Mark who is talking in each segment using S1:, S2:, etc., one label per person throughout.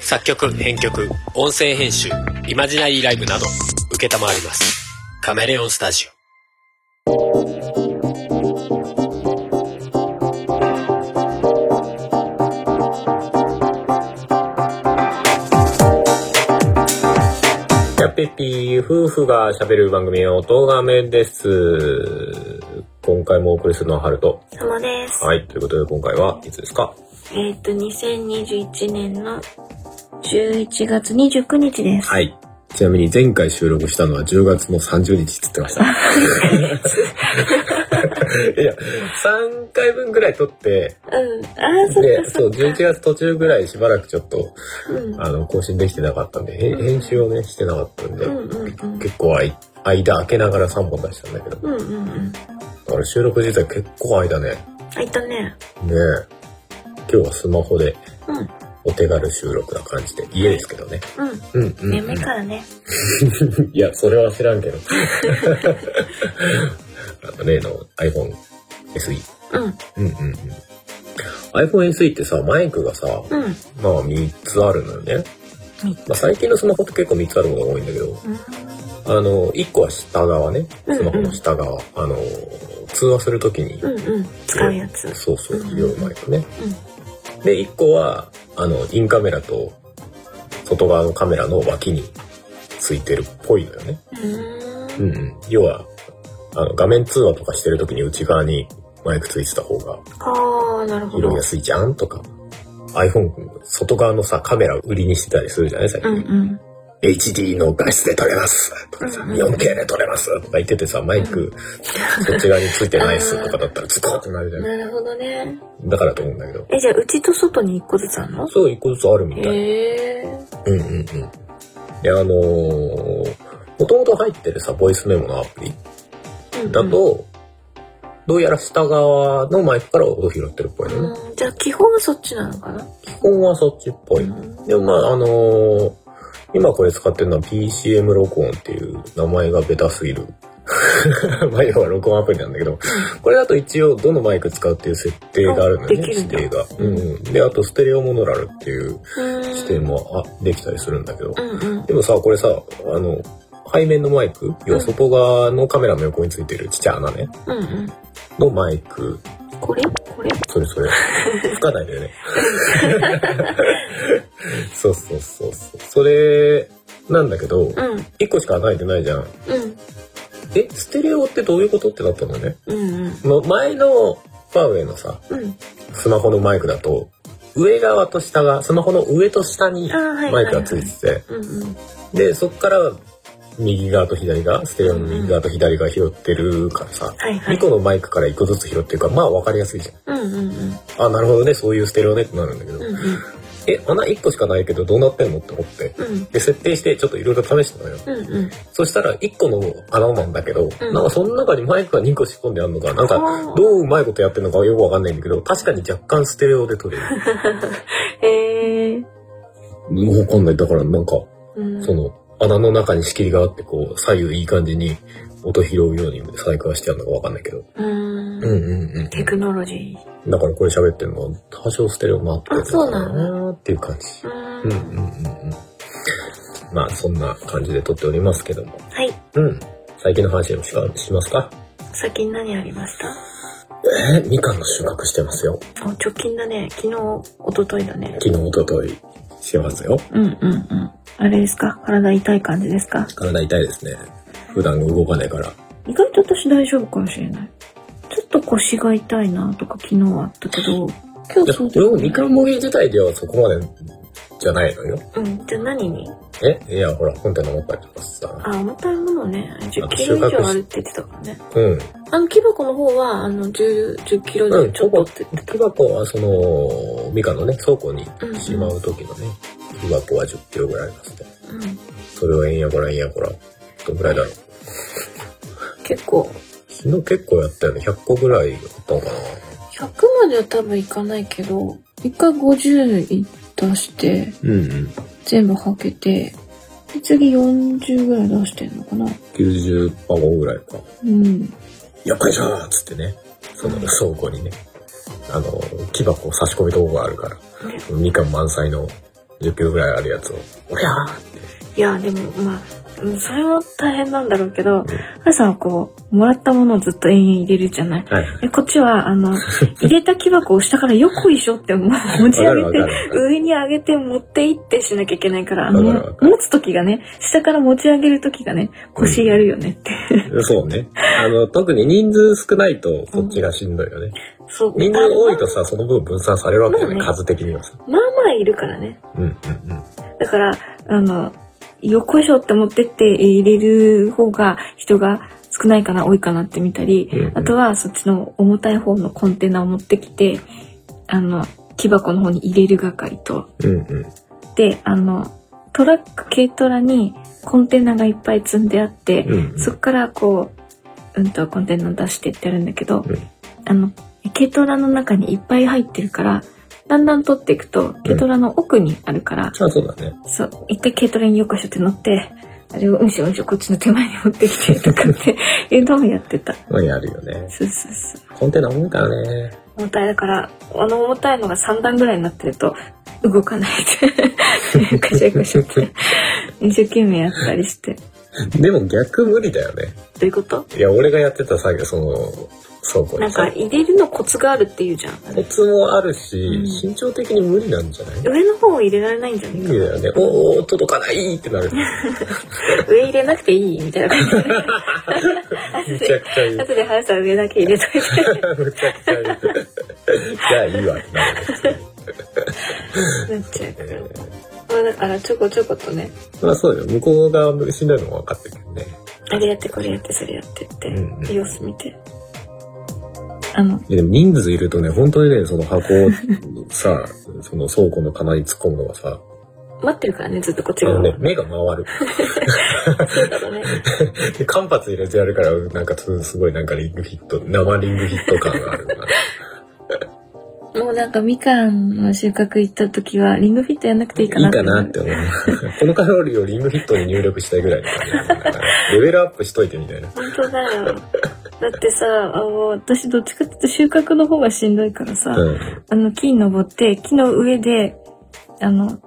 S1: 作曲、編曲、音声編集、イマジナリーライブなど、承ります。カメレオンスタジオ。
S2: やっぺっぴー夫婦が喋る番組、おとがめです。今回もお送りするのはハルト。
S3: そのです。
S2: はい、ということで今回はいつですか
S3: えっ、と、2021年の11月29日です。
S2: はい。ちなみに前回収録したのは10月の30日っつってました。 いや、3回分ぐらい撮って、
S3: うん。あー、そっ
S2: で、
S3: かそ
S2: そう、
S3: っか。
S2: 11月途中ぐらいしばらくちょっと、
S3: うん。
S2: あの、更新できてなかったんで、へ編集をね、してなかったんで、
S3: うんうんうん
S2: 結構あい間開けながら3本出したんだけど、
S3: うんうんうん。
S2: だから収録自体結構間ね、
S3: あ、いたね。
S2: ねえ。今日はスマホで
S3: うん。うん。
S2: お手軽収録な感じで、家ですけどね。うんうん、うん。
S3: 眠いからね。
S2: いや、それは知らんけど。 あの例の iPhone SE。
S3: うん。
S2: うんうんうん。iPhone SE ってさ、マイクがさ、
S3: うん。
S2: まあ3つあるのよね。
S3: 三
S2: まあ、最近のスマホって結構3つあることが多いんだけど、
S3: うん
S2: あの、1個は下側ね。
S3: うんうん
S2: スマホの下側。あの、通話するときに、
S3: うんうん。使うやつ。
S2: そうそう
S3: う、ん
S2: 用マイクね。
S3: うん。
S2: で、一個は、あの、インカメラと、外側のカメラの脇についてるっぽいのよね。
S3: うー。
S2: うんんうん。要は、あの、画面通話とかしてる時に内側にマイクついてた方が
S3: あー、なるほ
S2: 拾
S3: ど
S2: いや。すいじゃんとか。iPhone、外側のさ、カメラを売りにしてたりするじゃない最
S3: う
S2: 近。
S3: んうん。
S2: HD の画質で撮れますとかさ、
S3: うん
S2: 4K で撮れますとか言っててさ、マイク、そっち側についてないっすとかだったらズコーってなるじゃん。
S3: なるほどね。
S2: だからと思うんだけど。
S3: え、じゃあ、うちと外に一個ずつあるの
S2: そう、一個ずつあるみたい。
S3: へえ。
S2: うんうんうん。で、あのー、もともと入ってるさ、ボイスメモのアプリ
S3: うんうん
S2: だと、どうやら下側のマイクから音拾ってるっぽいのね。
S3: うんじゃあ、基本はそっちなのかな
S2: 基本はそっちっぽい。
S3: うん
S2: でもまあ、あのー今これ使ってるのは PCM 録音っていう名前がベタすぎる。 まあ、要は録音アプリなんだけど、これだと一応どのマイク使うっていう設定があるのよね、
S3: あできる
S2: 指
S3: んだ
S2: 定が。うんうん。で、あとステレオモノラルっていう指定
S3: う
S2: もあできたりするんだけど、
S3: んうん。
S2: でもさ、これさ、あの、背面のマイク、要は外側のカメラの横についてるちっちゃい穴ね、
S3: うんうん。
S2: のマイク、
S3: これこれ
S2: それそれ、 つかないんだよね。 そうそうそうそう。それ、なんだけど、
S3: うん
S2: 一個しか穴開いてないじゃん。
S3: うん
S2: え、ステレオってどういうことってなったのね。
S3: うんうん
S2: ま前のファーウェイのさ、
S3: うん
S2: スマホのマイクだと、上側と下が、スマホの上と下に
S3: あーはいはいはい
S2: マイクがついてて、
S3: うんうん
S2: でそっから右側と左側ステレオの右側と左側拾ってるからさ、
S3: はいは
S2: 2
S3: い
S2: 個のマイクから1個ずつ拾ってるからまあ分かりやすいじ
S3: うんうんうん
S2: ゃんあなるほどねそういうステレオねってなるんだけど、
S3: うん
S2: え穴1個しかないけどどうなってんのって思って
S3: うん
S2: で設定してちょっといろいろ試したのよ
S3: うんうん
S2: そしたら1個の穴なんだけど、
S3: うん
S2: なんかその中にマイクが2個仕込んであるのかなん
S3: あ
S2: か
S3: ー
S2: どううまいことやってるのかはよく分かんないんだけど確かに若干ステレオで撮れる
S3: へえ
S2: 分かんないだからなんか
S3: うん
S2: その穴の中に仕切りがあってこう左右いい感じに音拾うように細工はしてあるのかわかんないけど。
S3: うん
S2: うんうんうん。
S3: テクノロジー
S2: だからこれ喋ってるのは多少ステレオになってる
S3: あそうなの
S2: なーっていう感じ。
S3: う
S2: うんうんう
S3: ん
S2: んうん。まあそんな感じで撮っておりますけども。
S3: はい
S2: うん。最近の話でもしかしますか
S3: 最近何ありました
S2: えー、みかんの収穫してますよ。
S3: あ直近だね昨日一昨日だね
S2: 昨日、一昨日してますよ。
S3: うんうんうんあれですか体痛い感じですか
S2: 体痛いですね。普段動かないから。
S3: 意外と私大丈夫かもしれないちょっと腰が痛いなとか昨日はあったけど今
S2: い
S3: 日
S2: や
S3: そう
S2: で
S3: だ
S2: もみかんもぎ自体ではそこまでじゃないのよ。
S3: うんじゃあ何に
S2: えいや、ほら、本体の持ったりとかさ。
S3: あ、重たいものね。
S2: あ
S3: 10
S2: と
S3: キ
S2: 収穫
S3: ロ以上
S2: し
S3: あるって言ってたからね。
S2: うん。
S3: あの、キノコの方は、あの、10、10キロ
S2: う
S3: で
S2: ん、
S3: ちょっとって言って
S2: 木箱は、その、みかんのね、倉庫に
S3: うん
S2: しまう時のね、木箱は10キロぐらいありますね。
S3: た。うん。
S2: それはえんやこらえんやこら。どんぐらいだろう。
S3: 結構、
S2: 昨日結構やったよね。100個ぐらいあったのかな。
S3: 100までは多分いかないけど、一回50出して、
S2: うんうん。
S3: 全部はけて、で次40ぐらい出してんのかな
S2: 90箱ぐらいか。
S3: うん。
S2: やっかいしょーっつってね、その倉庫にね、あの、木箱を差し込みとこがあるから、みかん満載の10キロぐらいあるやつを。おりゃー
S3: いや、でも、まあ、うんそれも大変なんだろうけど、ハルさんはこう、もらったものをずっと延々入れるじゃない。
S2: はい。
S3: でこっちは、あ の、入れた木箱を下からよこいしょってもう持ち上
S2: わか
S3: げ
S2: るわか
S3: て、
S2: る
S3: 上に上げて持っていってしなきゃいけないから、
S2: わ
S3: あ
S2: か
S3: の、
S2: るわかる
S3: 持つ時がね、下から持ち上げる時がね、腰やるよねって。
S2: そうね。あの、特に人数少ないと、こっちがしんどいよね。
S3: そう。
S2: 人数多い
S3: あ
S2: とさ、その分分散されるわけじゃない、
S3: まあね
S2: 数的にはさ。
S3: まあまあいるからね。
S2: うんうんうん。
S3: だから、あの、よこいしょって持ってって入れる方が人が少ないかな、多いかなって見たり、
S2: うんうん
S3: あとはそっちの重たい方のコンテナを持ってきて、あの、木箱の方に入れる係と、
S2: うんうん。
S3: で、あの、トラック、軽トラにコンテナがいっぱい積んであって、
S2: うんうん
S3: そっからこう、うんとコンテナ出してってやるんだけど、
S2: うん
S3: あの、軽トラの中にいっぱい入ってるから、だんだん取っていくと、軽トラの奥にあるから、
S2: あ、そうだね。
S3: そう、一回軽トラによこしょって乗って、あれをうんしょうんしょこっちの手前に持ってきてと かっていうのをやってた。
S2: まあ、やるよね。
S3: そうそうそう。
S2: コンテナ重いからね。
S3: 重たいだから、あの重たいのが3段ぐらいになってると動かない で、カシャカシャって一生懸命やったりして。ど
S2: でも逆無理だよね。
S3: ういうこと
S2: いや、俺がやってた作業、その、倉庫
S3: な
S2: に
S3: んか
S2: さ。
S3: 入れるのコツがあるっていうじゃん。
S2: コツもあるし、
S3: うん
S2: 身長的に無理なんじゃない
S3: 上の方を入れられないんじゃない
S2: 無
S3: か
S2: 理だよね。おー、届かないってな る。
S3: 上入れなくていいみたいな感じで。
S2: めちゃくちゃ言う。
S3: 後で早さん上だけ入れといて。
S2: めちゃくちゃ言う。 じゃあいいわってなる。
S3: なっちゃうから。
S2: え
S3: まあだからちょこちょことね、
S2: ーまあそうよ。向こうがしんどいのも分かってるけどね。
S3: あれやってこれやってそれやってって、
S2: うんうん
S3: 様子見て。あの、
S2: いやでも人数いるとね、本当にね、その 箱をさ、その倉庫の棚に突っ込むのがさ、
S3: 待ってるからね、ずっとこっち
S2: あのね、
S3: 側。
S2: 目が回
S3: そうだろうね。
S2: る。で間髪入れてやるから、なんかすすごいなんかリングヒット、生リングヒット感があるな。
S3: もうなんかみかんの収穫行った時は、リングフィットやんなくていいか
S2: い
S3: ない
S2: かなって思う。 このカロリーをリングヒットに入力したいぐらいの感 じだからレベルアップしといてみたいな。
S3: 本当だよ。だってさ、あの私どっちかっていうと収穫の方がしんどいからさ、
S2: うん。
S3: あの木に登って、木の上で、あの、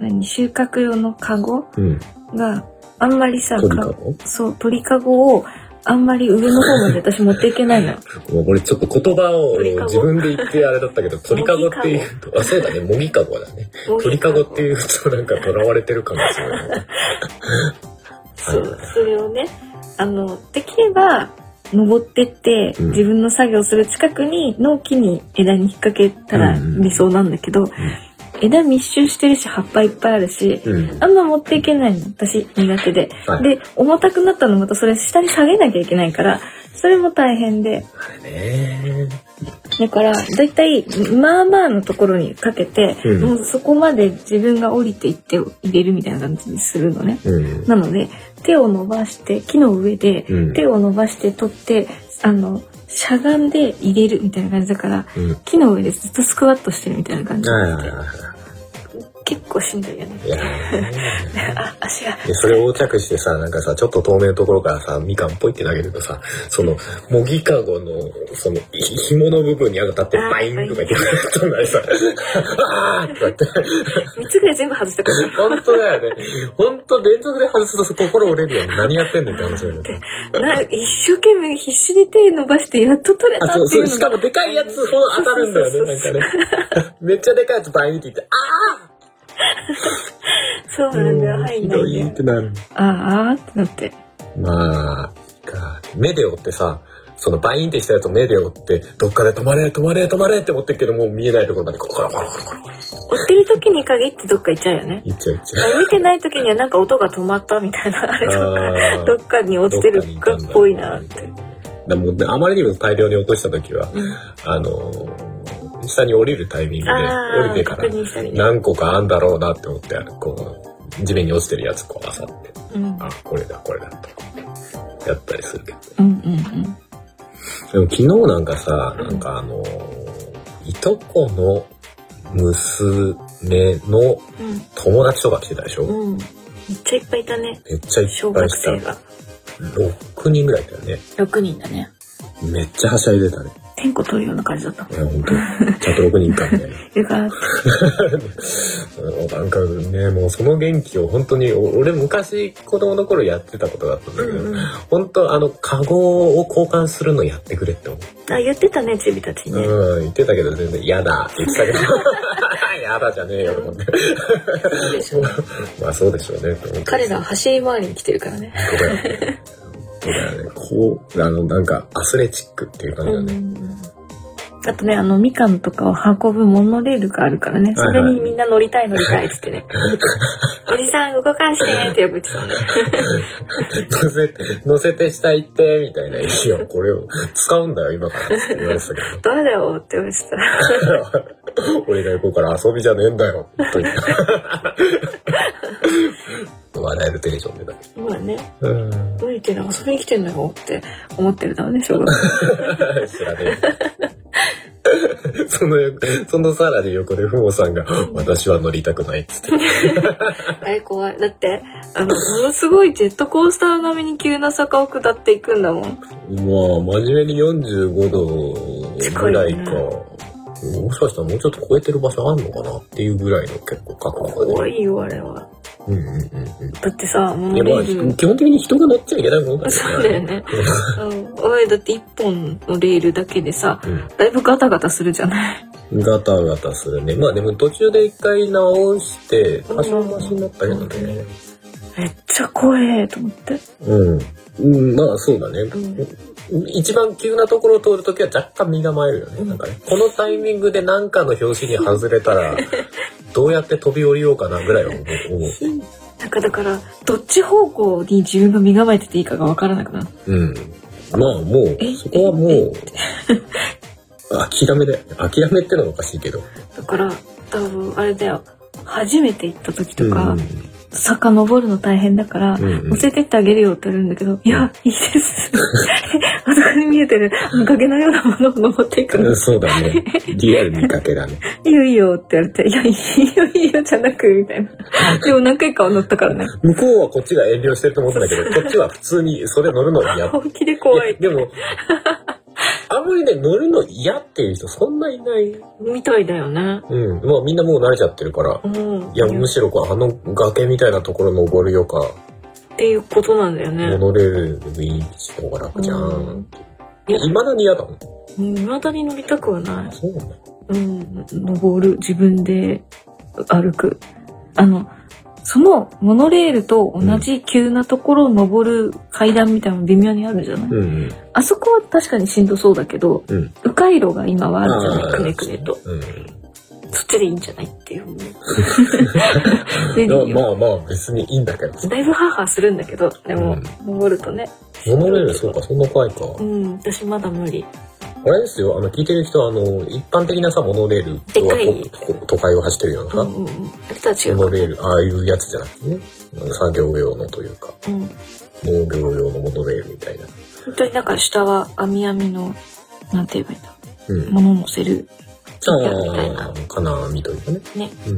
S3: 何、収穫用のカゴ
S2: うん。
S3: があんまりさ、
S2: 鳥か
S3: か
S2: も
S3: そう、鳥かごをあんまり上の方まで私持っていけないの。
S2: もうこれちょっと言葉を
S3: 鳥かご
S2: 自分で言ってあれだったけど、鳥かごっていうと、あ、そうだね、もぎかごだね。 鳥かごっていうとなんか囚われてる感がすごいね。
S3: そう、それをね、あの、できれば、登ってって、
S2: うん
S3: 自分の作業する近くに、の木に枝に引っ掛けたら
S2: うんうん
S3: 理想なんだけど、枝密集してるし、葉っぱいっぱいあるし、
S2: うん。
S3: あんま持っていけないの、私苦手で。
S2: はい
S3: で、重たくなったのまたそれ下に下げなきゃいけないから、それも大変で。
S2: ね
S3: だから、だいたい、まあまあのところにかけて、
S2: うん
S3: もうそこまで自分が降りていって入れるみたいな感じにするのね。
S2: うん。
S3: なので手を伸ばして木の上で
S2: うん
S3: 手を伸ばして取って、あのしゃがんで入れるみたいな感じだから
S2: うん。
S3: 木の上でずっとスクワットしてるみたいな感じ
S2: あ
S3: 結構しんどいよね
S2: あ。いやー
S3: あ足が
S2: でそれを横着してさ、なんかさ、ちょっと透明のところからさ、みかんポイって投げるとさ、その、もぎかごの、その、ひ紐の部分に当たって、
S3: あー
S2: バインとか言って、飛んだりさ、あーとか言って、
S3: 3つぐらい全部外したから
S2: 本当だよね。本当連続で外すと心折れるよね。何やってんねんって話だよね。
S3: な一生懸命必死に手伸ばしてやっと取れ
S2: あ、
S3: た
S2: そう、
S3: って
S2: そ、
S3: いうう
S2: し
S3: の
S2: か
S3: が
S2: もでかいやつほど当たるんだよね、なんかね。めっちゃでかいやつバインって言って、
S3: そう
S2: あ
S3: なんだよ
S2: ー
S3: 入
S2: ひ
S3: んな
S2: ど
S3: い
S2: い
S3: んだ
S2: っ
S3: よ
S2: てなる。
S3: あーあーってなって
S2: まあ、か目で追ってさ、そのバインってしたやつを目で追って、どっかで止まれ、止まれ、止まれって思ってるけど、もう見えないところまで、コロコロコロコロコロ。
S3: 追ってる時に限ってどっか行っちゃうよね
S2: いっちゃういっちゃう。
S3: あ見てない時にはなんか音が止まったみたいなあれとか
S2: あー
S3: どっかに落ちてる
S2: ど
S3: か
S2: かに行たん
S3: っ
S2: だ
S3: ぽいなって。
S2: だもうねあまりにも大量に落とした時は、あのー下に降りるタイミングで、
S3: あー
S2: 降りてから
S3: 確認したりね
S2: 何個かあんだろうなって思って、こう、地面に落ちてるやつこう漁って、
S3: うん
S2: あ、これだ、これだとやったりするけど。
S3: うんうん
S2: でも昨日なんかさ、なんかあのーいとこの娘の
S3: うん
S2: 友達とか来てたでしょ、
S3: うんうんめっちゃいっぱいいたね
S2: めっちゃい
S3: 小
S2: っぱ
S3: 学
S2: いした
S3: 生。が
S2: 6人ぐらいだよね。
S3: 6人だね
S2: めっちゃはしゃいでたね。
S3: 天候取るような感じだった。
S2: いや、本当チャット6人いたみたいな。
S3: よかっ
S2: うんなんかね、もうその元気を本当に、お俺昔子供の頃やってたことがあったん
S3: た。
S2: だけ
S3: う
S2: ど、
S3: んうん。
S2: 本当あの、カゴを交換するのやってくれって思
S3: あ、言ってたね、チビたち
S2: う。
S3: ね。
S2: うん、言ってたけど全然嫌だって言ってたけど、 嫌だじゃねえよと思って。
S3: そうでしょうね。
S2: まあそうでしょうねと思って。
S3: 彼らは走り回りに来てるからね。
S2: そうだよね。そうだよね。こう、あの、なんか、アスレチックっていう感じだね。
S3: あとね、あの、みかんとかを運ぶモノレールがあるからね、それにみんな乗りたい乗りたいっつって ね。おじさん動かしてって呼ぶってたね。
S2: 乗せて、乗せて下行って、みたいな。いや、これを使うんだよ、今からって言われてたけど。
S3: ダメだよって呼ぶってたら、
S2: 俺が行こうから遊びじゃねえんだよ。と言った。笑えるテンションでだ。
S3: 今ね、
S2: うん。
S3: どう言ってんの遊びに来てんのよって思ってるだろうね、小学生。
S2: 知らねえ。その横、そのさらに横でふもさんが、私は乗りたくないっつって。
S3: あれ怖い。だって、あの、ものすごいジェットコースター並みに急な坂を下っていくんだもん。
S2: まあ、真面目に45度ぐらいか。
S3: 近い
S2: もしかしたらもうちょっと超えてる場所あんのかなっていうぐらいの結構覚悟が
S3: 怖
S2: ね。
S3: いよ、あれは。
S2: うんうんうん
S3: だってさ、モ
S2: うん。い
S3: ノ
S2: や
S3: レ
S2: まあ、
S3: ール。
S2: 基本的に人が乗っちゃいけないもんだ
S3: そうだよね。うんおい、だって一本のレールだけでさ、
S2: うん。
S3: だいぶガタガタするじゃない。
S2: ガタガタするね。まあでも途中で一回直して、多少マシになったけどね。
S3: めっちゃ怖えと思って。
S2: うん。うん、まあそうだね。
S3: ん
S2: 一番急なところを通るときは若干身構えるよね。なんかね、このタイミングで何かの拍子に外れた ら、どうやって飛び降りようかなぐらいは思う。思う
S3: なんかだから、どっち方向に自分が身構えてていいかがわからなくなる。
S2: うん。まあも
S3: え
S2: う、そこはもう、 諦めだよ。諦めってのはおかしいけど。
S3: だから、多分あれだよ。初めて行った時と
S2: う
S3: か
S2: ん、
S3: 坂登るの大変だから、
S2: うんうん
S3: 乗せてってあげるよって言うんだけど、いや、いいです。あそこに見えてる、あの崖のようなものを登っていく
S2: う
S3: の
S2: ん。。そうだね。リアル見かけだね。
S3: いいよいいよって言われて、いや、いいよいいよじゃなく、みたいな。でも何回かは乗ったからね。
S2: 向こうはこっちが遠慮してると思ったんだけど、こっちは普通にそれ乗るの嫌。
S3: 本気で怖い
S2: や。でも、あんまりね、乗るの嫌っていう人そんないない。
S3: みたいだよね。
S2: うん。まあみんなもう慣れちゃってるから。
S3: うん。
S2: いや、むしろこうあの崖みたいなところ登るよか、
S3: っていうことなんだよね。
S2: モノレールでもいいし、方が楽じゃ
S3: うん
S2: ん。いまだに嫌だもん。
S3: うん、未だに乗りたくはない。
S2: そうなんだ。
S3: うん、登る、自分で歩く。あの、そのモノレールと同じ急なところを登る階段みたいなの微妙にあるじゃない、
S2: うんうん。
S3: あそこは確かにしんどそうだけど、
S2: うん。
S3: 迂回路が今はあるじゃ
S2: あ
S3: な
S2: ー
S3: いくねくねと。
S2: うん。
S3: そっちでいいんじゃないって いう思う。レディー
S2: いや
S3: よ
S2: まあまあ別にいいんだけど。
S3: だいぶハーハーするんだけど、でも、
S2: うん
S3: 登るとね。
S2: モノレールそうか、そんな怖いか。
S3: うん、私まだ無理。
S2: あれですよ、あの、聞いてる人は、あの、一般的なさ、モノレールとは
S3: でっ
S2: とと都会を走ってるような
S3: う
S2: さ、
S3: んうんうん。あれとは違う
S2: モノ
S3: か
S2: レール、ああいうやつじゃなくてね、作業用のというか、
S3: うん。
S2: 農業用のモノレールみたいな。
S3: 本当になんか下は網網の、なんて言えばいいんだ。
S2: うん。
S3: 物乗せるみたい
S2: あ
S3: な
S2: あ、金網というかね。
S3: ね。
S2: うんうん。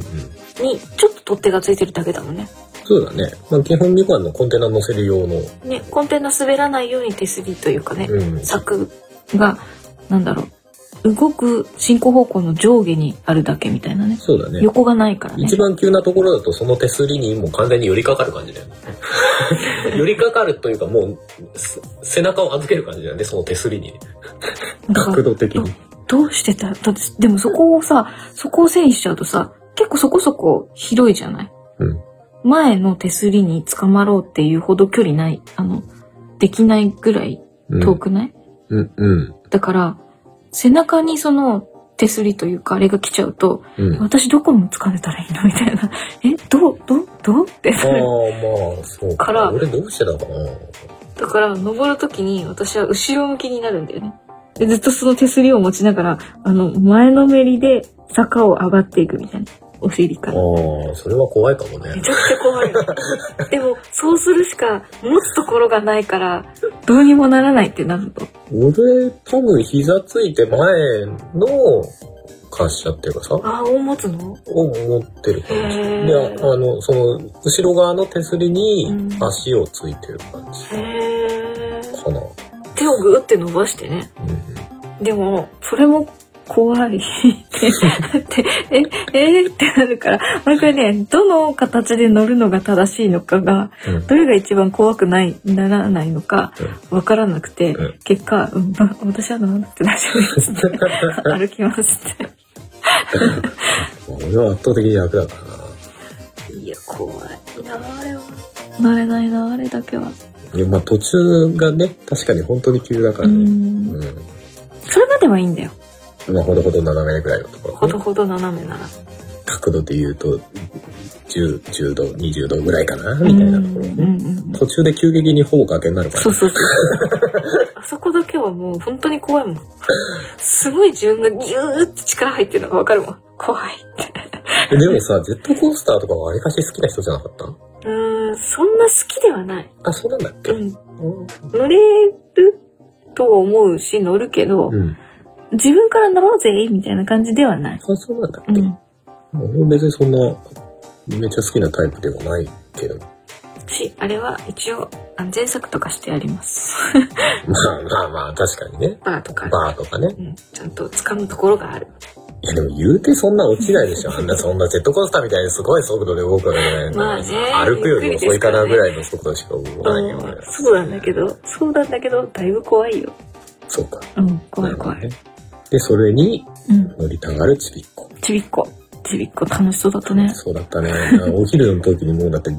S3: に、ちょっと取っ手がついてるだけだもんね。
S2: そうだね。まあ、基本みかんのコンテナ乗せる用の、
S3: ね、コンテナ滑らないように手すりというかね、
S2: うん。
S3: 柵が、なんだろう。動く進行方向の上下にあるだけみたいなね。
S2: そうだね。
S3: 横がないからね
S2: 一。番急なところだと、その手すりにもう完全に寄りかかる感じだ よね。寄りかかるというか、もう、す背中を預ける感じだよね、その手すりに。
S3: だから
S2: 角度的に。
S3: どうしてただって、でもそこをさ、そこを整理しちゃうとさ、結構そこそこ広いじゃない
S2: うん。
S3: 前の手すりに捕まろうっていうほど距離ない、あの、できないぐらい遠くない、
S2: うん。うん。
S3: だから、背中にその手すりというかあれが来ちゃうと、
S2: うん。
S3: 私どこも掴んでたらいいのみたいな。 え、どう、どう、どうって。
S2: ああまあそうか
S3: から
S2: 俺どうしてたかな
S3: だから、登るときに私は後ろ向きになるんだよね。でずっとその手すりを持ちながら、あの、前のめりで坂を上がっていくみたいな。お尻から。
S2: ああそれは怖いかも
S3: め
S2: ね
S3: ちゃくちゃ怖いよ。 でも、そうするしか持つところがないから、どうにもならないってなると。
S2: 俺多分膝ついて前の滑車っていうかさを
S3: ああ、大持つの
S2: 持ってる感じ
S3: へー
S2: でああのその後ろ側の手すりに
S3: うん
S2: 足をついてる感じ
S3: へえ。
S2: かな、
S3: 手をぐーって伸ばしてね。
S2: うん
S3: でも、それも怖いって、だって、え、えーってなるから、毎回ね、どの形で乗るのが正しいのかが、
S2: うん
S3: どれが一番怖くない、ならないのか、わからなくて、
S2: うん
S3: 結果、うん、ま私はなんて大丈夫ですって、 歩きますって。
S2: 俺は圧倒的に楽だからない
S3: や、怖いな、あれは。慣れないな、あれだけは。
S2: いやまあ途中がね確かに本当に急だから
S3: う。
S2: ねうんん、
S3: それまではいいんだよ。
S2: まあほどほど斜めぐらいのところ、
S3: ほどほど斜めなら。
S2: 角度で言うと10 10度20度ぐらいかな
S3: う
S2: み
S3: ん
S2: た
S3: う
S2: い
S3: ん
S2: な
S3: う
S2: ところ、
S3: ん
S2: 途中で急激にほぼ崖になるから
S3: そうそうそう。あそこだけはもう本当に怖いもん。すごい自分がギューって力入ってるのがわかるもん。怖いって。
S2: えでもさジェットコースターとかはわりかし好きな人じゃなかった
S3: うーん、そんな好きではない。
S2: あそうなんだっけ
S3: うん。乗れるとは思うし、乗るけど、
S2: うん
S3: 自分から乗ろうぜみたいな感じではない。
S2: あそうなんだっ
S3: う
S2: け、
S3: ん。
S2: 俺も別にそんなめっちゃ好きなタイプではないけど
S3: し、あれは一応、あの前作とかしてあります。
S2: まあまあまあ確かにね
S3: バーとか。
S2: バーとかね
S3: うん。ちゃんと掴むところがある。
S2: いやでも言うてそんな落ちない でしょ。あんなそんなジェットコースターみたいにすごい速度で動くわけじゃない
S3: まあね
S2: 歩くより遅いかなぐらいの速度しか動かないよね
S3: うん。そうなんだけど、そうなんだけど、だいぶ怖いよ。
S2: そうか。
S3: うん、怖い怖
S2: なる
S3: い。
S2: ほどね。で、それに
S3: うん。
S2: 乗りたがるちびっこ。
S3: ちびっこ。ちびっこ楽しそうだったね。
S2: そうだったね。 お昼の時にもうだって、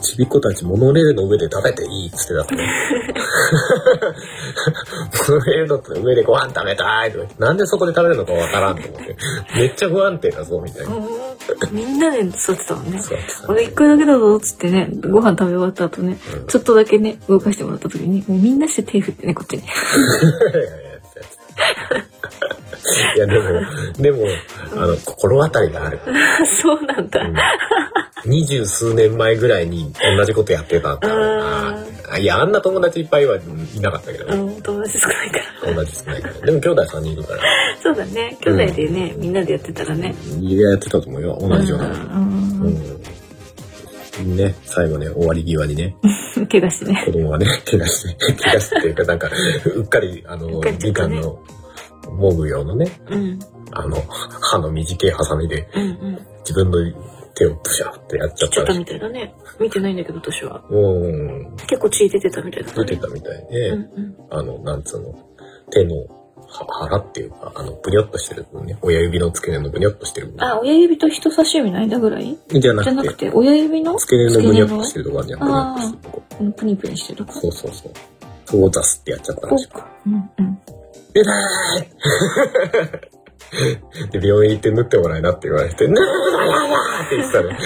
S2: ちびっ子たちモノレールの上で食べていいっつってだったね。モ ノレールの上でご飯食べたいとか言ってなんでそこで食べるのかわからんと思って。めっちゃ不安定だぞ、みたいな。
S3: うんみんなで育てたもんね。
S2: そうだったね
S3: 俺一個だけだぞっつってね、ご飯食べ終わった後ね、
S2: うん
S3: ちょっとだけね、動かしてもらった時に、もうみんなして手振ってね、こっちに。
S2: いやでもでもあの心当たりがある、
S3: そうなんだ。
S2: うん二十数年前ぐらいに同じことやってたんだろうなあいやあんな友達いっぱいはいなかったけど、
S3: あの、友達少ないから。
S2: 友達少ないからでも兄弟3人いるから
S3: そうだね。兄弟でね、みんなでやってたらね。
S2: いややってたと思うよ同じようなこと
S3: うんうん
S2: うんね最後ね終わり際にね
S3: 怪我してね。
S2: 子供はね 怪我して怪我してっていうかなんかうっかりあ
S3: う
S2: の
S3: っかりちょ
S2: み
S3: っと
S2: かん
S3: ね
S2: のモグ用のね
S3: うん。
S2: あの歯の短いハサミで
S3: うんうん。
S2: 自分の手をプシャーってやっちゃっ
S3: ち
S2: た
S3: ょ
S2: ら
S3: っと
S2: しい
S3: みたいだね。見てないんだけど、私は。
S2: うん
S3: 結構血出てたみたいだった
S2: 出て
S3: ね。
S2: たみたい
S3: うん
S2: で、
S3: うん。
S2: あのなんつうの手のは腹っていうかあのブニョっとしてるのね親指の付け根のブニョっとしてる
S3: あ、親指と人差し指の間ぐらい
S2: じゃな
S3: じゃな
S2: く
S3: く
S2: て
S3: て、親指の
S2: 付け根のブニョっとして
S3: 付
S2: るとこあるじゃん
S3: あ
S2: ブニョ
S3: ー
S2: っとしてるとこ
S3: け根のプニプニしてるとこ。
S2: そうそうそうそこをザスってやっちゃったらしい
S3: うんうん。
S2: でなーい で病院行って縫ってもらえなって言われて「縫うのやだ!」って言ってたね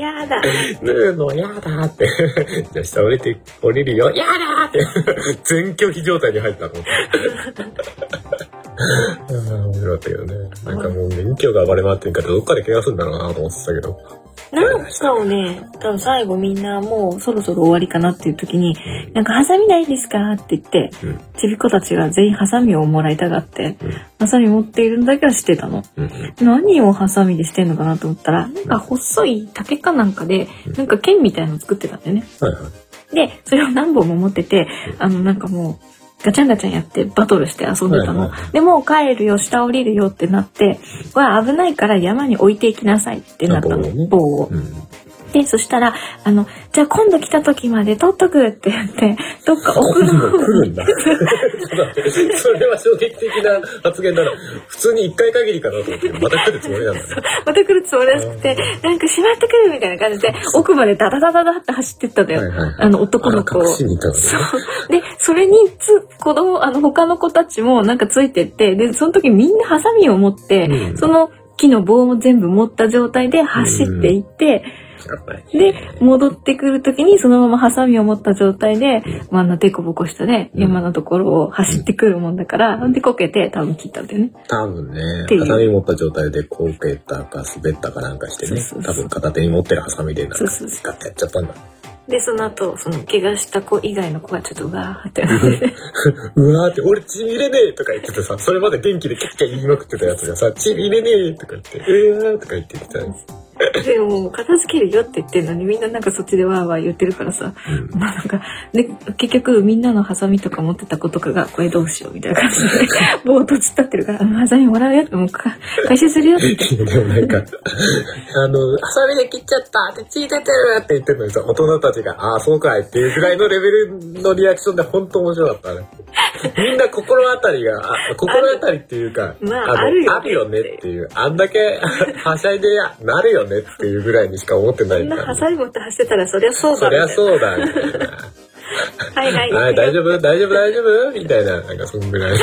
S3: やだ。
S2: 縫うのやだーって。 じゃあ下降りて、降りるよ。やだーって。全拒否状態に入ったと思って。 ああ、面白かったけどね。なんかもう免許が暴れ回ってるから、どっかで怪我するんだろうなと思ってたけど。
S3: なんかをね、多分最後みんなもうそろそろ終わりかなっていう時に、なんかハサミないですかって言って、
S2: うん
S3: ちびっ子たちが全員ハサミをもらいたがって、
S2: うん
S3: ハサミ持っているんだけは知ってたの。
S2: うんうん。
S3: 何をハサミでしてんのかなと思ったら、なんか細い竹かなんかで
S2: うん、
S3: なんか剣みたいの作ってたんだよね。
S2: はいはい。
S3: で、それを何本も持ってて、あの、なんかもう、ガチャンガチャンやってバトルして遊んでた
S2: はい
S3: の
S2: はい。
S3: で、もう帰るよ、下降りるよってなって、これ危ないから山に置いていきなさいってなった
S2: あ棒をね
S3: の、棒を
S2: う。ん。
S3: で、そしたら、あの、じゃあ今度来た時まで取っとくって言 って、どっか送る
S2: もう来るんだ。 それは衝撃的な発言だな。普通に一回限りかなと思って、また来るつもりなんだね。
S3: また来るつもりらしくて、なんかしまってくるみたいな感じで、奥までダダダダダって走ってったんだ
S2: はい
S3: よ
S2: はいはい。
S3: あの、男の子
S2: あ
S3: を。
S2: 隠しに行ったのね
S3: そう。で、それにつ、子供、あの、他の子たちもなんかついてって、で、その時みんなハサミを持って、
S2: うん
S3: その木の棒も全部持った状態で走っていって、
S2: やっぱり。
S3: で、戻ってくる時にそのままハサミを持った状態で、まあ、あんなデコボコしたね、
S2: うん
S3: 山のところを走ってくるもんだから、でこけて多分切ったんだよね。
S2: 多分ね
S3: てい、う
S2: ハサミ持った状態でこけたか滑ったかなんかしてね
S3: そうそ
S2: 多
S3: う、そう
S2: 分片手に持ってるハサミでなんか
S3: そうそうそう
S2: ガッてやっちゃったんだ。
S3: で、その後、その怪我した子以外の子がちょっとうわーって なって。
S2: うわーって、俺ちびれねえとか言っててさ、それまで元気でキャッキャ言いまくってたやつがさ、ちびれねえとか言って、うわーとか言ってきたんです。
S3: でも、片付けるよって言ってんのに、みんななんかそっちでワーワー言ってるからさ、
S2: うん
S3: まあなんか、で、結局みんなのハサミとか持ってた子とかが、これどうしようみたいな感じ で、ぼーっと突っ立ってるから、あのハサミもらうよって、もうか回収するよって言って。
S2: いやでもなんか、あの、ハサミで切っちゃったって血出てるって言ってるのにさ、大人たちが、ああ、そうかいっていうぐらいのレベルのリアクションで本当面白かったね。みんな心当たりが、あ心当たりっていうか、
S3: まあ
S2: の
S3: あるよね
S2: ねっていう、あんだけはしゃいでやなるよねっていうぐらいにしか思ってな
S3: こ
S2: い
S3: ん
S2: か
S3: な
S2: ら
S3: ハサミ持って走ってたら、そりゃそうだ
S2: そりゃ
S3: みたい
S2: そうだ、みたい
S3: な。はいはい。
S2: な。はい、大丈夫大丈夫大丈夫みたいな、なんかそんぐらい
S3: はい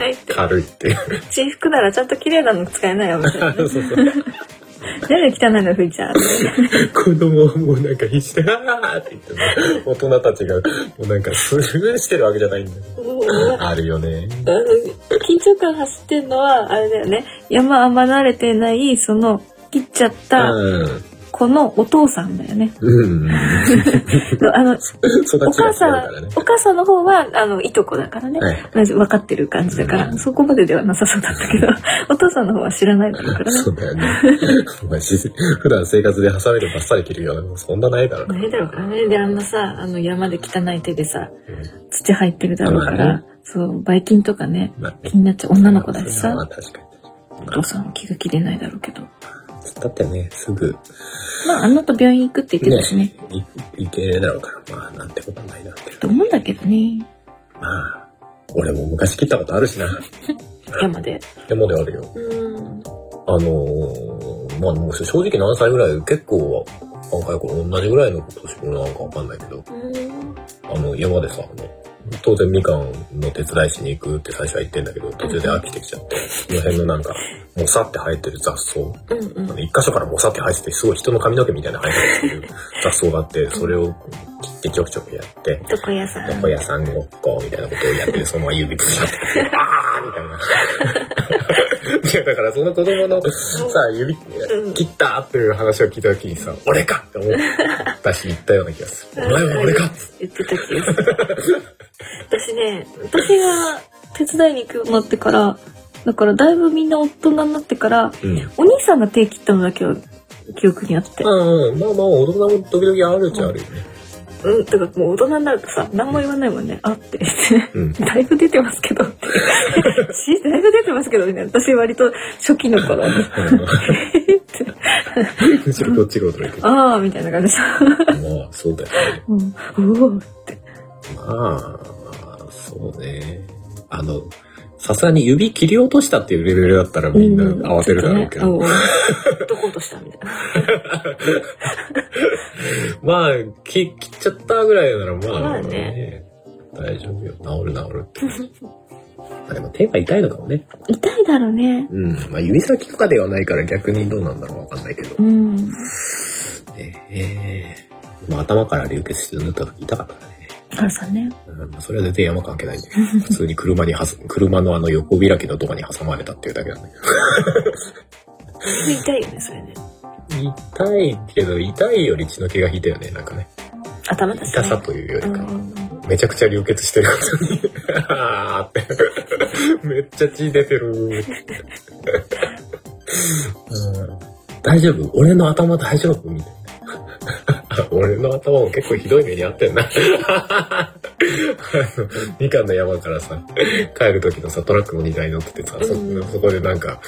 S3: はいって。
S2: 軽いっていう。
S3: 私服ならちゃんと綺麗なの使えないよ、みたいな。
S2: そうそう
S3: 誰が汚いの拭いちゃう
S2: 子供はもうなんか必死で、あーって言ってね、大人たちがもうなんかスルーしてるわけじゃないんだよ。
S3: もう
S2: あるよね。
S3: あの緊張感走ってんのは、あれだよね。山あんま慣れてない、その、切っちゃっ
S2: う
S3: た、
S2: ん。
S3: このお父さんだよね。
S2: うん。
S3: あの、
S2: 育ち
S3: お
S2: が違う
S3: 母さ
S2: からね
S3: ん、。お母さんの方は、あの、いとこだからね。
S2: はい。
S3: 分かってる感じだから、
S2: うん
S3: そこまでではなさそうだったけど、お父さんの方は知らないだろうからね
S2: そ。うだよね。お前、し普段生活で挟めるばっさり切るような、そんなないだろう
S3: ないだろうからね。で、あんなさ、あの山で汚い手でさ、
S2: うん
S3: 土入ってるだろうか
S2: まあ
S3: ら、そう、ばい菌とかね、
S2: まあね
S3: 気になっちゃう女の子だしさ
S2: ま、あ確かに。
S3: お父さんは気が切れないだろうけど。
S2: だってね、すぐ、
S3: まあ、あの後病院行くって言ってたしね
S2: ね、いいけないだろうから、まあなんてことはないなって。
S3: と思うんだけどね。
S2: まあ、俺も昔切ったことあるしな。
S3: 山で。
S2: でもであるよ。
S3: うん。
S2: あのーまあ、もう正直何歳ぐらい、結構若い頃同じぐらいの年頃なのかわかんないけど、あの、山でさ、あの当然みかんの手伝いしに行くって最初は言ってんだけど、途中で飽きてきちゃって、その辺のなんか、もさって生えてる雑草、
S3: うんう
S2: あの
S3: ん。
S2: 一箇所からもさって生えてて、すごい人の髪の毛みたいな生えてるっていう雑草があって、それを切ってちょくちょくやって、
S3: 床屋さん。
S2: 床屋さんごっこみたいなことをやって、そのまま指くしゃって、あーみたいな。いや、だからその子供のさ、指
S3: うん
S2: 切ったっていう話を聞いた時にさ、俺かって思ったし、言ったような気がする。お前は俺かっつっ
S3: 言ってた気がする。私ね、私が手伝いに行くようになってから、だからだいぶみんな大人になってから、
S2: て。うん。
S3: お兄さんが手切ったのだけは記憶にあって。
S2: うんうん、まあまあ、大人も時々あるっちゃあるよね。
S3: うん、だからもう大人になるとさ、何も言わないもんね。あって 言って。
S2: うん。
S3: だいぶ出てますけど。 し、だいぶ出てますけど、みたいな。私割と初期の頃に。
S2: むしろこっちが驚いてる。
S3: ああ、みたいな感じでさ。
S2: まあ、そうだよね。
S3: うん、うおーって。
S2: まあ、そうね。あの、さすがに指切り落としたっていうレベルだったらみんな慌てるだろうけど。
S3: うんちょっとね、どことしたみたいな。
S2: まあ、き切っちゃったぐらいなら、まあ、
S3: まあね
S2: 大丈夫よ。治る治るって。あでも手が痛いのかもね。
S3: 痛いだろうね。
S2: うん。まあ指先とかではないから逆にどうなんだろうわかんないけど。
S3: うん。
S2: ええまあ頭から流血して塗った時痛かったね。
S3: 母さんね。
S2: うんまあそれは全然山関係ないんだけど、普通に車にはす、車のあの横開きのドアに挟まれたっていうだけなんだけど。
S3: 痛いよね、それね。
S2: 痛いけど、痛いより血の気が引いたよね、なんかね。
S3: 頭だし、ね。
S2: 痛さというよ
S3: う
S2: り
S3: ん
S2: か
S3: う
S2: は。
S3: ん
S2: めちゃくちゃ流血してることに、あーって、めっちゃ血出てるーって、うん大丈夫俺の頭大丈夫みたいな。俺の頭も結構ひどい目に遭ってんな。あのみかんの山からさ、帰る時のさ、トラックの荷台乗っててさ、そ
S3: うん
S2: そこでなんか、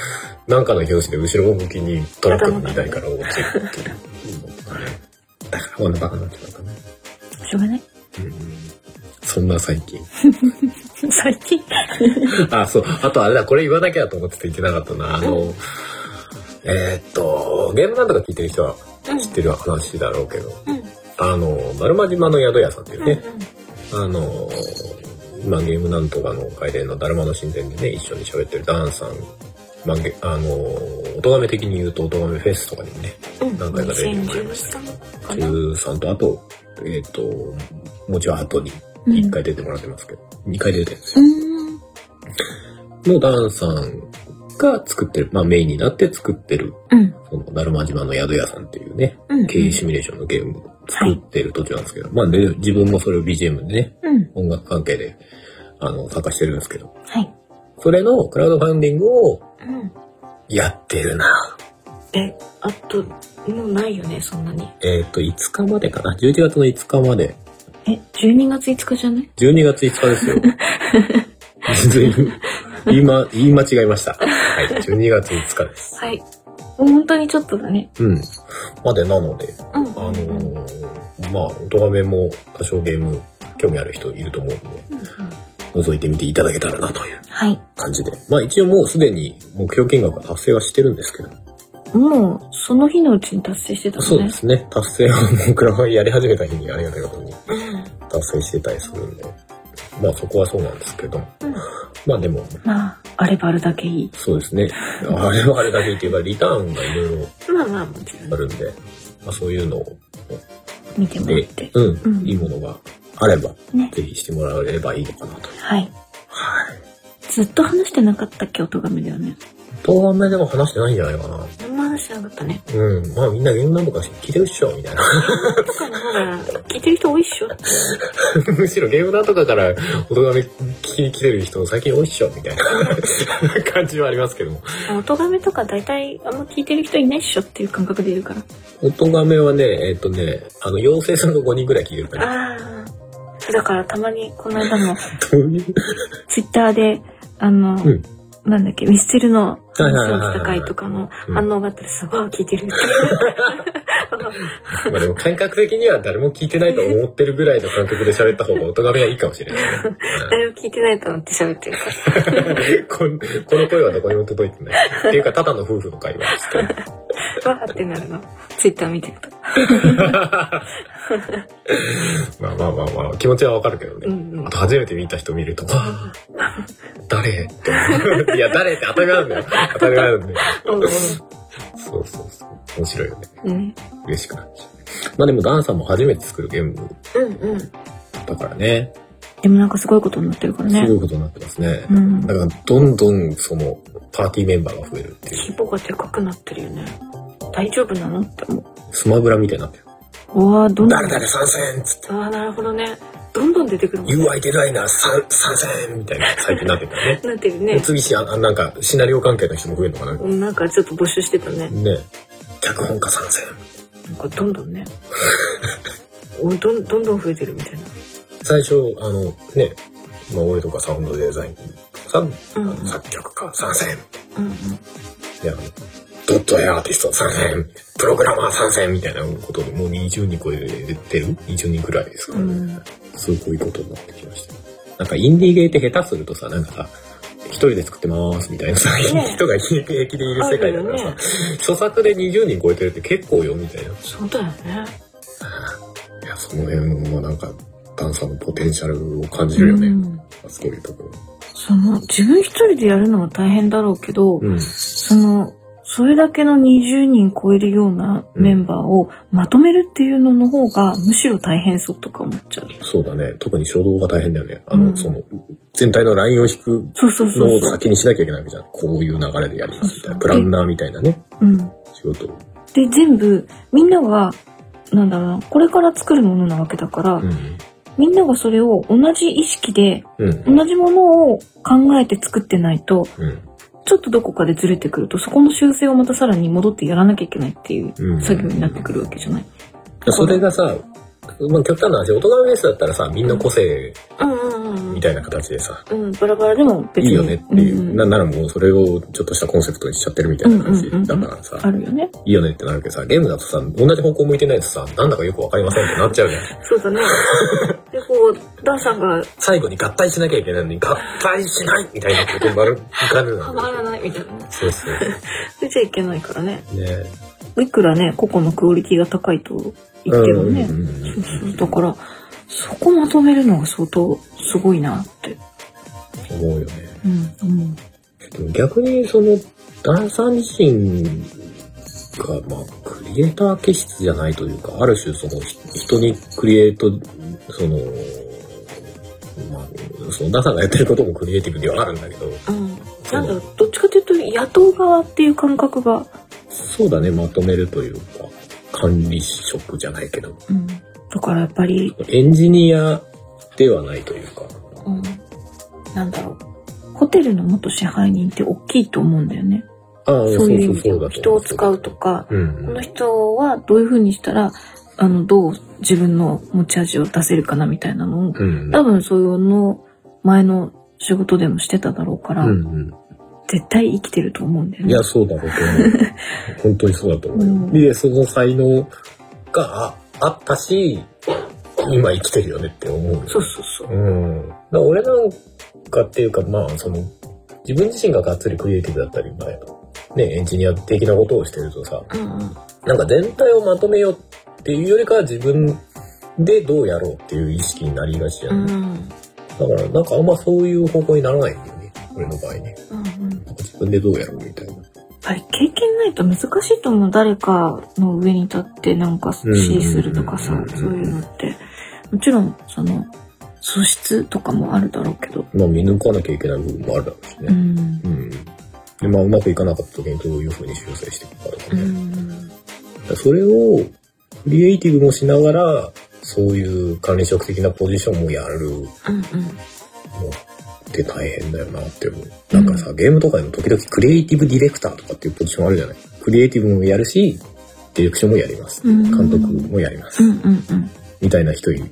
S2: なんかの拍子で後ろ向きにトラックの荷台から落ちるっていう。だから、俺のバカになっちゃったかな。
S3: うん。しょうがない。
S2: うん そんな最近。
S3: 最近。
S2: あ、そう。あとあれだ、これ言わなきゃと思ってて言ってなかったな。あの、えーっと、ゲームなんとか聞いてる人は知ってる話だろうけど、
S3: うん。うん。
S2: あの、丸間島の宿屋さんっていう
S3: うん
S2: ね、あの、今ゲームなんとかの外伝のだるまの神殿でね、一緒に喋ってるダンさん、まあ、げあの、お咎め的に言うとお咎めフェスとかにもね、
S3: うん。
S2: 何回か出てもらいました
S3: 2013かな。
S2: 13とあと、えーっと、もちろん後に1回出てもらってますけど、2回出てるんですよ
S3: うん。
S2: のダンさんが作ってる、まあメインになって作ってる、
S3: うん。
S2: その、だるま島の宿屋さんっていうね、
S3: うん。
S2: 経営シミュレーションのゲームを作ってる途中なんですけど、まあで、自分もそれを BGM でね、
S3: うん。
S2: 音楽関係で、あの、参加してるんですけど、
S3: はい。
S2: それのクラウドファンディングを
S3: うん。
S2: やってるな。
S3: え、あと、もうないよね、そんなに。
S2: えっ、と、5日までかな。11月の5日まで。
S3: え、12月5日じゃない
S2: 12月5日ですよ。 ずいぶん言いま、言い間違えました。はい、12月5日です。
S3: はい。もう本当にちょっとだね。
S2: うん。までなので、
S3: うん。
S2: あのーまあ、音亀も多少ゲーム興味ある人いると思うので、
S3: うんうん
S2: 覗いてみていただけたらなという
S3: はい。
S2: 感じで。まあ一応もうすでに目標金額は達成はしてるんですけど、
S3: もう、その日のうちに達成してたもんね。
S2: そうですね。達成はもうクラファンやり始めた日にありがたいことに達成してたりするんで、まあそこはそうなんですけど、
S3: うん
S2: まあでも、
S3: まあ、あればあるだけいい。
S2: そうですね。あれはあれだけっていうか、リターンがいろいろ
S3: まあまあ、もちろん
S2: あるんで、まあ、そういうのを、
S3: 見てもらっ
S2: で
S3: て、。
S2: うん、
S3: うん
S2: いいものがあれば、
S3: ね
S2: ぜひしてもらえればいいのかなと。
S3: はい。
S2: はい。
S3: ずっと話してなかったっけ、音めだよね。
S2: 当番目でも話してないんじゃないかな。
S3: 何も話してなかったね。
S2: うん、まあみんなゲームなんとか聞いてるっしょ、みたいな。
S3: とかの方が、聞いてる人多いっしょ。
S2: むしろゲームなんとかから音がめ聞きに来てる人最近多いっしょ、みたいな 感じはありますけども。
S3: 音がめとか大体あんま聞いてる人いないっしょっていう感覚でいるから。
S2: 音がめはね、えっ、とね、あの、妖精さんが5人ぐらい聞いてるから。
S3: ああ。だからたまにこの 間も
S2: どういう
S3: ツイッターで、あの、
S2: うん
S3: なんだっけ、ミスチル
S2: は
S3: の
S2: いは
S3: 話
S2: いはいはい
S3: をした回とかの
S2: うん
S3: 反応があったらすごい聞い てるっていう。
S2: まあでも感覚的には誰も聞いてないと思ってるぐらいの感覚で喋った方が音がめはいいかもしれない ですね。
S3: 誰も聞いてないと思って喋ってるから。
S2: こんこの声はどこにも届いてない。っていうか、ただの夫婦の会話ですね。
S3: わーってなるの。ツイッター見てると。
S2: まあまあまあまあ、気持ちはわかるけど
S3: う
S2: ね。
S3: んうん
S2: あ。と初めて見た人見ると、わあ誰 って。いや、誰って当たり前なんだよ。当たり前なんだよ。そうそうそう。面白いよね。
S3: うん
S2: 嬉しくなっちゃう。まあでも、ダンさんも初めて作るゲーム
S3: うんうん。
S2: だからね。
S3: でもなんかすごいことになってるから
S2: す
S3: ね
S2: ご。いことになってますね。
S3: うん。
S2: だから、どんどん、その、パーティーメンバーが増えるってい
S3: 規
S2: う、
S3: 模がでかくなってるよね。大丈夫なのって思
S2: スマブラみたいになってる。
S3: う。うわーどんど
S2: 誰
S3: ん。
S2: 々参戦っつって、
S3: ああ、なるほどね。どんどん出てくるもんね。
S2: u i デザイナー参参戦みたいな、最近なってたね。
S3: なってるね。
S2: 次し、ああなんか、シナリオ関係の人も増えるのかな。
S3: なんかちょっと募集してたね。
S2: ね。脚本家参戦。
S3: なんかどんどんね。 おどんどんどん増えてるみたいな。
S2: 最初、あの、ね、まあ、俺とかサウンドデザインさん、
S3: うん
S2: あの作曲家参戦。
S3: うんうん。
S2: で、あの、ドット絵アーティスト参戦。プログラマー参戦みたいなことで、もう20人超えてる ?20 人くらいですか
S3: う
S2: らね。
S3: ん、
S2: すごいことになってきました。なんかインディーゲーって下手するとさ、なんかさ、一人で作ってますみたいなさ、
S3: ねえ
S2: 人が平気でいる世界だから
S3: ある
S2: さ、
S3: よね
S2: 著作で20人超えてるって結構よみたいな。
S3: そうだよね。
S2: いや、その辺もなんか、ダンサーのポテンシャルを感じるよね。
S3: うん
S2: そういうところ。
S3: その自分一人でやるのは大変だろうけど、
S2: うん。
S3: そのそれだけの20人超えるようなメンバーをまとめるっていうのの方がむしろ大変そうとか思っちゃう。
S2: そうだね。特に初動が大変だよね。あの、
S3: うん
S2: その、全体のラインを引く
S3: そうそうそ
S2: の
S3: う
S2: を
S3: そう。
S2: 先にしなきゃいけないわけじゃん。こういう流れでやりますみたい
S3: そうそ
S2: な。
S3: う
S2: プランナーみたいなね、
S3: うん。
S2: 仕事を。
S3: で全部みんながなんだろうなこれから作るものなわけだから、
S2: うん。
S3: みんながそれを同じ意識で
S2: うん。
S3: 同じものを考えて作ってないと
S2: うん。
S3: ちょっとどこかでずれてくるとそこの修正をまたさらに戻ってやらなきゃいけないっていう
S2: うん
S3: 作業になってくるわけじゃない。
S2: それがさ、まあ、極端な話、大人のベースだったらさ、みんな個性
S3: うんうんう
S2: みたいな形でさ、
S3: うん、バラバラでも別
S2: い
S3: に。
S2: いよねっていう、
S3: んん
S2: なんならもうそれをちょっとしたコンセプトにしちゃってるみたいな感じ
S3: うんうんうん
S2: だからさ、
S3: あるよね。
S2: いいよねってなるけどさ、ゲームだとさ、同じ方向向いてないとさ、なんだかよくわかりませんってなっちゃうじゃん。
S3: そう だね。で、こう、ダンさんが
S2: 最後に合体しなきゃいけないのに、合体しないみたいなことになる感じな
S3: は
S2: んだ
S3: ま
S2: よ
S3: らないみたいな。
S2: そうそう。
S3: 出ちゃいけないからね。
S2: ね
S3: いくらね、個々のクオリティが高いと言ってもね。
S2: うんうんうんうん
S3: そうそう。だから、そこまとめるのが相当すごいなって。
S2: 思うよね。
S3: うん。うん。
S2: でも逆にそのダンサー自身がまあクリエイター気質じゃないというかある種そのひ人にクリエイトそのまあそのダンサーがやってることもクリエイティブではあるんだけど
S3: うん。なんだろう、どっちかというと、雇う側っていう感覚が、
S2: そうだねまとめるというか管理職じゃないけど
S3: うん。だからやっぱり、
S2: エンジニアではないというか
S3: うん。なんだろう。ホテルの元支配人って大きいと思うんだよね。
S2: あああ、
S3: そういう意味で人を使うと。か、
S2: うん。
S3: この人はどういう風にしたら、あの、どう自分の持ち味を出せるかなみたいなのを、
S2: うん。
S3: 多分そういうの、前の仕事でもしてただろうから、
S2: うん
S3: 絶対生きてると思うんだよ
S2: うん。い
S3: ね
S2: や、。そうだろうと思う。 本当にそうだと思
S3: うん
S2: う。で、その才能がああったし、今生きてるよねって思うよね。
S3: そうそうそう。
S2: うん。だから俺なんかっていうか、まあ、その、自分自身ががっつりクリエイティブだったり、まあ、ね、エンジニア的なことをしてるとさ、
S3: うんうん。
S2: なんか全体をまとめようっていうよりかは自分でどうやろうっていう意識になりがちじゃ。
S3: うん
S2: だ
S3: ん
S2: から、なんかあんまそういう方向にならないんだよね。俺の場合ね。
S3: うん。
S2: なんか自分でどうやろうみたいな。
S3: やっぱり経験ないと難しいと思う誰かの上に立ってなんか指示するとか
S2: うん
S3: さ
S2: うんうんうん
S3: そういうのってもちろんその素質とかもあるだろうけど
S2: まあ見抜かなきゃいけない部分もあるだろうし
S3: う
S2: ね。う
S3: ん
S2: ん。で、まあうまくいかなかった時にどういう風に修正していくかとか
S3: う
S2: ね。
S3: ん
S2: それをクリエイティブもしながら、そういう管理職的なポジションもやるの
S3: うん
S2: って大変だよなって思う。なんかさ、ゲームとかでも時々クリエイティブディレクターとかっていうポジションあるじゃないクリエイティブもやるし、ディレクションもやります。
S3: うん
S2: 監督もやります
S3: う。んうんうん
S2: みたいな人いる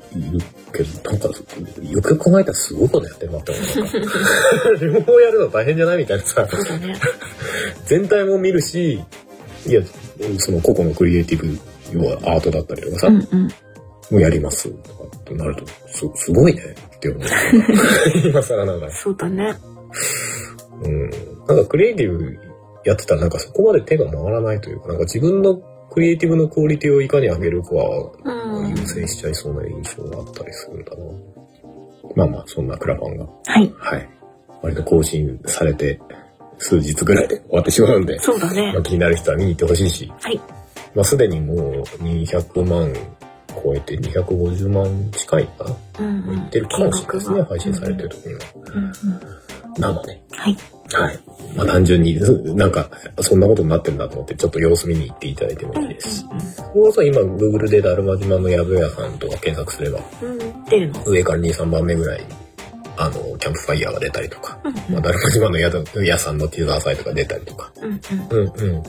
S2: けど、なんか、よくよく考えたらすごいことやってるなって思うなんか。両方やるの大変じゃないみたいなさ。
S3: そうだね
S2: 全体も見るし、いや、その個々のクリエイティブ、要はアートだったりとかさ、
S3: うんう
S2: も
S3: ん
S2: うやりますとかってなると、す、すごいねって思う。今更ながら。
S3: そうだね
S2: うん。なんかクリエイティブやってたらなんかそこまで手が回らないというか、なんか自分のクリエイティブのクオリティをいかに上げるかは
S3: うん
S2: 優先しちゃいそうな印象があったりするんだな。まあまあ、そんなクラファンが、
S3: はい
S2: はい。割と更新されて、数日ぐらいで終わってしまうんで、
S3: そうだね
S2: まあ、気になる人は見に行ってほしいし、
S3: はい
S2: まあすでにもう200万超えて250万近いかな。
S3: うんう
S2: 言っ
S3: ん
S2: てるかもしれないですね、
S3: 金額が
S2: 配信されてる時には。
S3: うんうん
S2: なので、
S3: はい
S2: はい。まあ単純に、 ずなんか、そんなことになってるなと思って、ちょっと様子見に行っていただいてもいいですし。それこそ今、Google でだるま島の宿屋さんとか検索すれば、
S3: うんうん出るの
S2: 上から2、3番目ぐらいに、あの、キャンプファイヤーが出たりとか、
S3: うん
S2: まあ、だるま島の宿屋さんのティザーサイトが出たりとか、
S3: うん
S2: う
S3: うん
S2: んうん、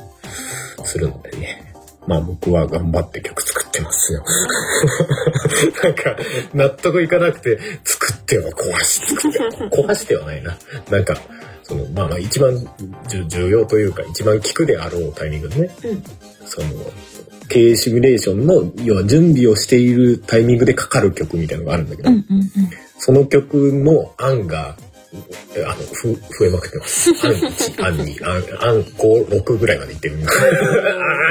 S2: するのでね。まあ僕は頑張って曲作ってますよ。 なんか、納得いかなくて、作っては壊し、作っては壊してはないな。なんか、その、まあまあ一番じゅ重要というか、一番効くであろうタイミングでね、
S3: うん
S2: その、経営シミュレーションの、要は準備をしているタイミングでかかる曲みたいなのがあるんだけど、
S3: うんうんうん
S2: その曲の案が、えあの、ふ、増えまくってます。案1、案2、案、案5、6ぐらいまでいってる。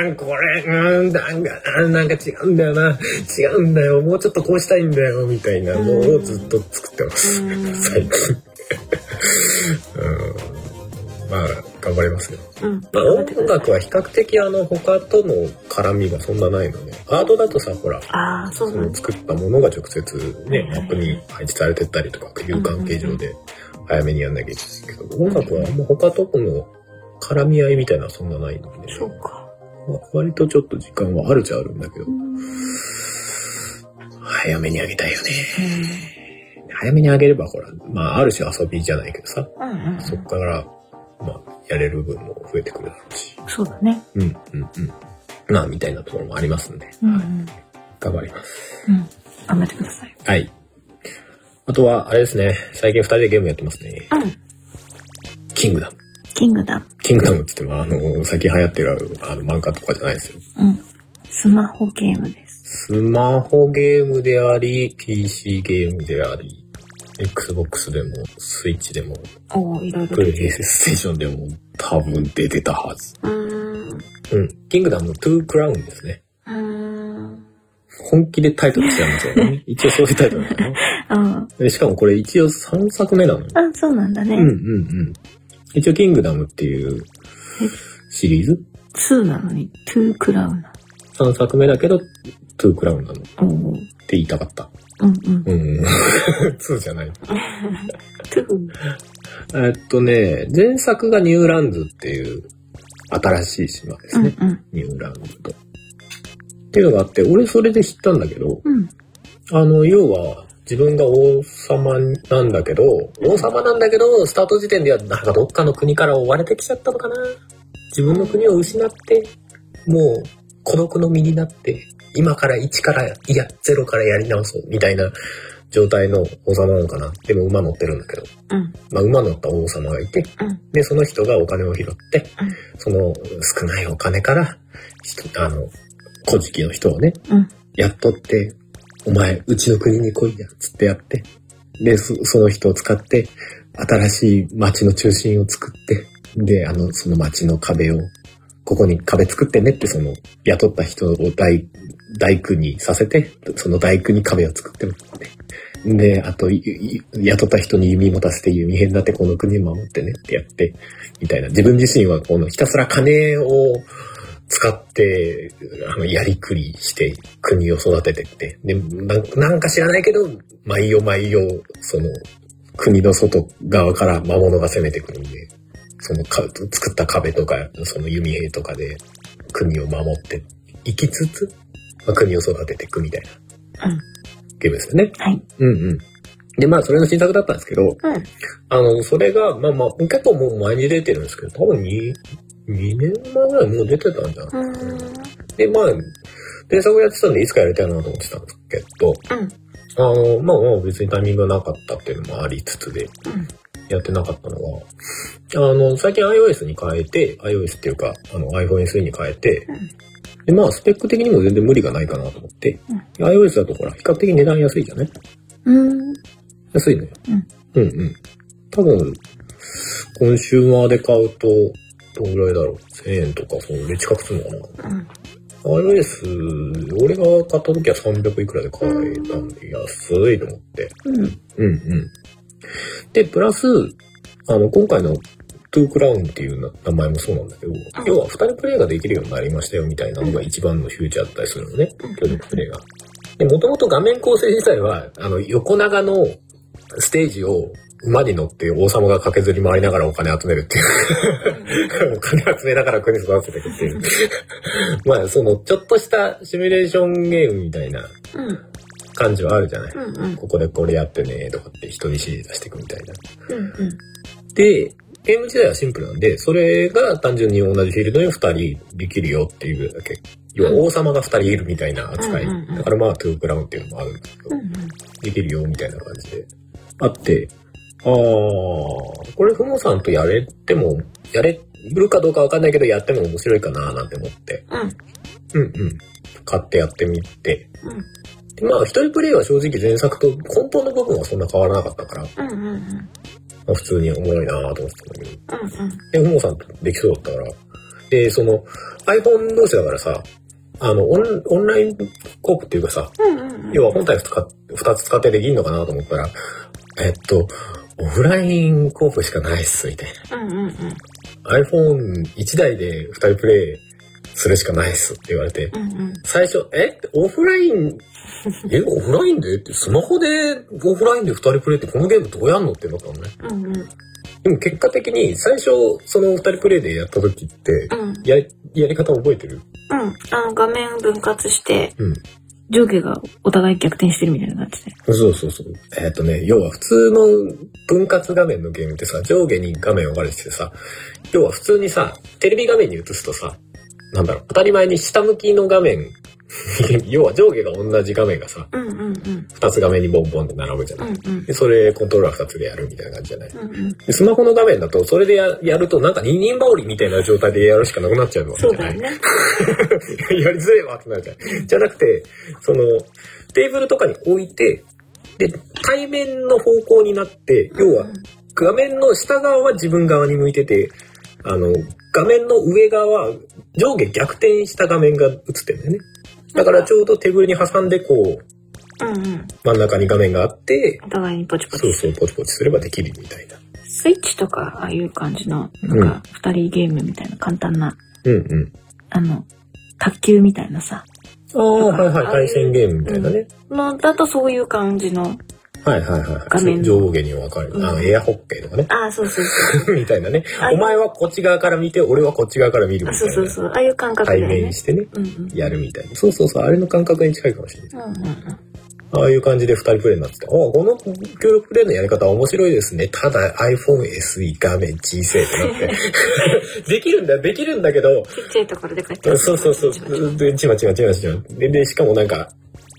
S2: 案、これ、うん、案が、案なんか違うんだよな。違うんだよ。もうちょっとこうしたいんだよ。みたいなのをずっと作ってます
S3: うん。
S2: 最近。うん。まあ、頑張りますよ。
S3: うん
S2: まあ、音楽は比較的あの、他との絡みがそんなないので、アートだとさ、ほら、
S3: ああそう
S2: そ
S3: なん
S2: の
S3: だ
S2: 作ったものが直接ね
S3: はい、はい
S2: マップに配置されてったりとか、いう関係上で早めにやんなきゃいけないけど、音楽はもう他とこの絡み合いみたいなのはそんなないので、
S3: そうか
S2: まあ割とちょっと時間はあるっちゃあるんだけど
S3: う、ん
S2: 早めにあげたいよね。早めにあげればほら、まあある種遊びじゃないけどさ、
S3: うんうん
S2: そっから、まあやれる分も増えてくるだろうし、
S3: そうだね
S2: うんうんうん。まあみたいなところもありますんで、
S3: うんう
S2: はい
S3: ん
S2: 頑張ります。
S3: うん頑張ってください
S2: はい。あとは、あれですね、最近二人でゲームやってますね。
S3: うん
S2: キングダム。
S3: キングダム。
S2: キングダムって言っても、あの、最近流行ってるあの漫画とかじゃないですよ。
S3: うん。スマホゲームです。
S2: スマホゲームであり、PC ゲームであり、Xbox でも、スイッチでも、
S3: おお、いろいろ
S2: プ。レイステーションでも、多分出てたはず。
S3: うーん。う
S2: うん。キングダムのトゥークラウンですね。
S3: ーん。
S2: 本気でタイトル違いますよね。一応そういうタイトルなの
S3: あ
S2: で。しかもこれ一応3作目なのよ。
S3: あ、そうなんだね。
S2: うんうんうん。一応、キングダムっていうシリーズ
S3: 2なのに、2クラウンな
S2: ?3 作目だけど、2クラウンなのって
S3: の。おお。うん
S2: 言いたかった。
S3: うん。
S2: うんうん。2じゃ ない。
S3: 2。
S2: えっとね、前作がニューランズっていう新しい島です
S3: うん
S2: ね。
S3: うん。
S2: ニューランズと。っていうのがあって、俺それで知ったんだけど、
S3: うん。
S2: あの、要は、自分が王様なんだけど、王様なんだけど、スタート時点では、なんかどっかの国から追われてきちゃったのかな自分の国を失って、もう孤独の身になって、今から1から、いや、0からやり直そう、みたいな状態の王様なのかな。でも馬乗ってるんだけど。
S3: うん。
S2: まあ、馬乗った王様がいて、
S3: うん
S2: で、その人がお金を拾って、
S3: うん
S2: その少ないお金から、人あの、古事記の人をね、
S3: うん
S2: やっとって、お前、うちの国に来いや、つってやって、で、そその人を使って、新しい町の中心を作って、で、あの、その町の壁を、ここに壁作ってねって、その、雇った人を大、大工にさせて、その大工に壁を作ってもらって、で、あと、いい雇った人に弓持たせて弓編だってこの国を守ってねってやって、みたいな。自分自身はこのひたすら金を使って、あの、やりくりして国を育ててって。で、なんなんか知らないけど、毎夜毎夜、その、国の外側から魔物が攻めてくるんで、そのか作った壁とか、その弓兵とかで国を守っていきつつ、まあ、国を育てていくみたいな、
S3: うん
S2: ゲームですよね。
S3: はい。
S2: うんうん。で、まあ、それの新作だったんですけど、
S3: うん。
S2: あの、それが、まあまあ、結構もう前に出てるんですけど、多分2、2年前ぐらいもう出てたんじゃない
S3: うん。
S2: で、まあ、原作をやってたんで、いつかやりたいなと思ってたんですけど、
S3: うん
S2: あの、まあまあ、別にタイミングがなかったっていうのもありつつで、
S3: うん
S2: やってなかったのが、あの、最近 iOS に変えて、iOS っていうか、あの、iPhone SE に変えて、
S3: うん
S2: で、まあ、スペック的にも全然無理がないかなと思って、iOS だとほら、比較的値段安いじゃない
S3: うん。
S2: 安いね。うん。うんうん多分、コンシューマーで買うと、どんぐらいだろう。1000円とか、それ近くするのか
S3: うん。
S2: な。iOS、俺が買った時は300いくらで買えたんで、安いと思って。
S3: うん。
S2: うんうん。で、プラス、あの、今回の、トゥークラウンっていうな名前もそうなんだけど、要は二人プレイができるようになりましたよみたいなのが一番のフューチャーだったりするのね。
S3: うん
S2: 協力プレイが。で、もともと画面構成自体は、あの、横長のステージを馬に乗って王様が駆けずり回りながらお金集めるって いう。お金集めながら国育てていくっていう。まあ、その、ちょっとしたシミュレーションゲームみたいな
S3: うん。
S2: 感じはあるじゃない。
S3: うん。うん。
S2: ここでこれやってねとかって人に指示出していくみたいな。
S3: うん。
S2: で、ゲーム自体はシンプルなんで、それが単純に同じフィールドに2人できるよっていうだけ。要は王様が2人いるみたいな扱い。
S3: うんうんうん
S2: だからまあ、トゥークラウンっていうのもあるんだけど、できるよみたいな感じで。あって、あー、これふもさんとやれても、やれるかどうかわかんないけど、やっても面白いかななんて思って。
S3: うん。
S2: うんうん。買ってやってみて。
S3: うん。
S2: でまあ、一人プレイは正直前作と根本の部分はそんな変わらなかったから、
S3: うんうんうん
S2: まあ、普通におもろいなぁと思ってたんだけど。
S3: うん
S2: で、ふもさんとできそうだったから。で、その、iPhone 同士だからさ、あの、オンオンラインコープっていうかさ、
S3: うんうん
S2: 要は本体2つか二つ使ってできんのかなと思ったら、えっと、オフラインコープしかないっす、みたい
S3: うんうんうん
S2: な。iPhone1 台で2人プレイするしかないっすって言われて、
S3: うんうん
S2: 最初、えオフライン、え、オフラインでって、スマホでオフラインで2人プレイってこのゲームどうやんのってなったのね。
S3: うんうん
S2: でも結果的に最初、その2人プレイでやった時って、
S3: うん
S2: や、やり方覚えてる
S3: うんあの画面分割して
S2: うん。
S3: 上下がお互い逆転してるみたいな感じで
S2: そうそうそう。えっ、とね、要は普通の分割画面のゲームってさ、上下に画面分かれててさ、要は普通にさ、テレビ画面に映すとさ、なんだろう、当たり前に下向きの画面、 要は上下が同じ画面がさ、
S3: うんうんうん
S2: 二つ画面にボンボンって並ぶじゃ
S3: う
S2: ない。
S3: んうん
S2: で、それコントローラー二つでやるみたいな感じじゃない。
S3: うんうん
S2: でスマホの画面だと、それでややるとなんか二人羽織みたいな状態でやるしかなくなっちゃうわけじ
S3: そ
S2: ゃ
S3: う
S2: な
S3: だ
S2: い
S3: よ。ね
S2: やりづれえわってなるじゃん。じゃなくて、その、テーブルとかに置いて、で、対面の方向になって、要は、画面の下側は自分側に向いてて、あの、画面の上側は上下逆転した画面が映ってるんだよね。だからちょうどテーブルに挟んで、こう、
S3: うんうん
S2: 真ん中に画面があって、
S3: お互いにポチポ
S2: そう
S3: チ
S2: そう、ポチポチすればできるみたいな。
S3: スイッチとかああいう感じのなんか二人ゲームみたいな簡単な
S2: うんうん。
S3: あの卓球みたいなさ
S2: ああ、はいはい、
S3: ああい
S2: 対
S3: う
S2: 戦ゲームみたいなね。
S3: のだとそういう感じの
S2: はいはいはい。
S3: 画面の
S2: 上下に分かれる。あの、エアホッケーとかね。
S3: ああそうそうそ う
S2: みたいなね
S3: あ。
S2: お前はこっち側から見て、俺はこっち側から見るみたい
S3: あそう
S2: な。
S3: そうそうああいう感覚だ
S2: 対
S3: よね
S2: 面してね、
S3: うんうん
S2: やるみたいな。そうそうそう、あれの感覚に近いかもしれない。
S3: うんうんうん
S2: ああいう感じで2人プレイになってて、あこの協力プレイのやり方は面白いですね。ただ iPhone SE 画面小さいってなって。 できるんだよ、できるんだけど、
S3: ちっちゃいところでこうやって。
S2: そうそうそう。で、ちまちまちまちま。で、で、しかもなんか、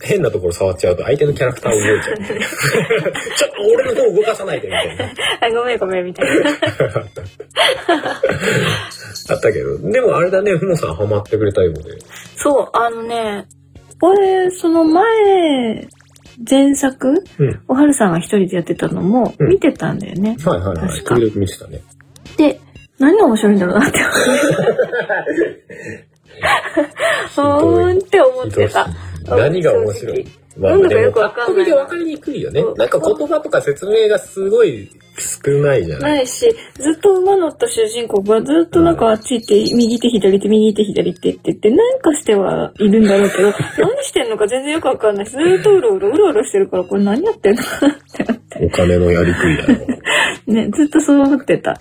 S2: 変なところ触っちゃうと相手のキャラクターを動いちゃう。 ちょっと俺の方動かさないでみたいな。
S3: あ、ごめんごめんみたいな。
S2: あったけど。でもあれだね、ふもさんハマってくれたようで。
S3: そう、あのね、これ、その前、前作、
S2: うん
S3: おはるさんが一人でやってたのも
S2: うん
S3: 見てたんだよね。
S2: はいはいはい。
S3: 確か
S2: 時々見てたね。
S3: で、何が面白いんだろうなって
S2: どいう
S3: ーんって思ってた。
S2: 何が面白いま
S3: なんだかよくわかんない
S2: でもパッと見で分かりにくいよね
S3: そう。
S2: なんか言葉とか説明がすごい少ないじゃない。
S3: ないし、ずっと馬乗った主人公がずっとなんかあっち行って、右手左手、右手左手って言って、なんかしてはいるんだろうけど、 何してんのか全然よくわかんないし、ずっとうろうろ、うろうろしてるから、これ何やってんの
S2: お金のやりくりだろ。
S3: ね、ずっとそう思ってた。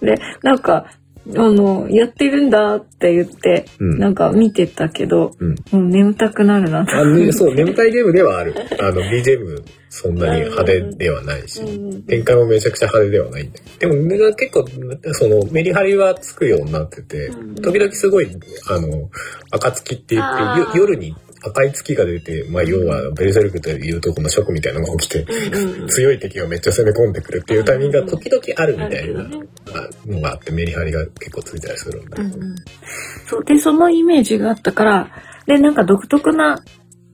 S3: で、なんか、あの、やってるんだって言って、
S2: うん
S3: なんか見てたけど、
S2: うん。
S3: もう眠たくなるなって。
S2: あね、そう、眠たいゲームではある。あの、BGM そんなに派手ではないし
S3: うん、
S2: 展開もめちゃくちゃ派手ではないんだけどでも、俺が結構、その、メリハリはつくようになってて
S3: うん、
S2: 時々すごい、あの、暁って言
S3: あ
S2: って、
S3: ー
S2: よ夜に赤い月が出て、まあ、要は、ベルセルクというとこのショックみたいなのが起きて、
S3: うんうん
S2: 強い敵がめっちゃ攻め込んでくるっていうタイミングが時々あるみたい
S3: あ
S2: な
S3: るよね
S2: のがあって、メリハリが結構ついたりするんだ
S3: う
S2: け
S3: ん
S2: ど。
S3: うんそう。で、そのイメージがあったから、で、なんか独特な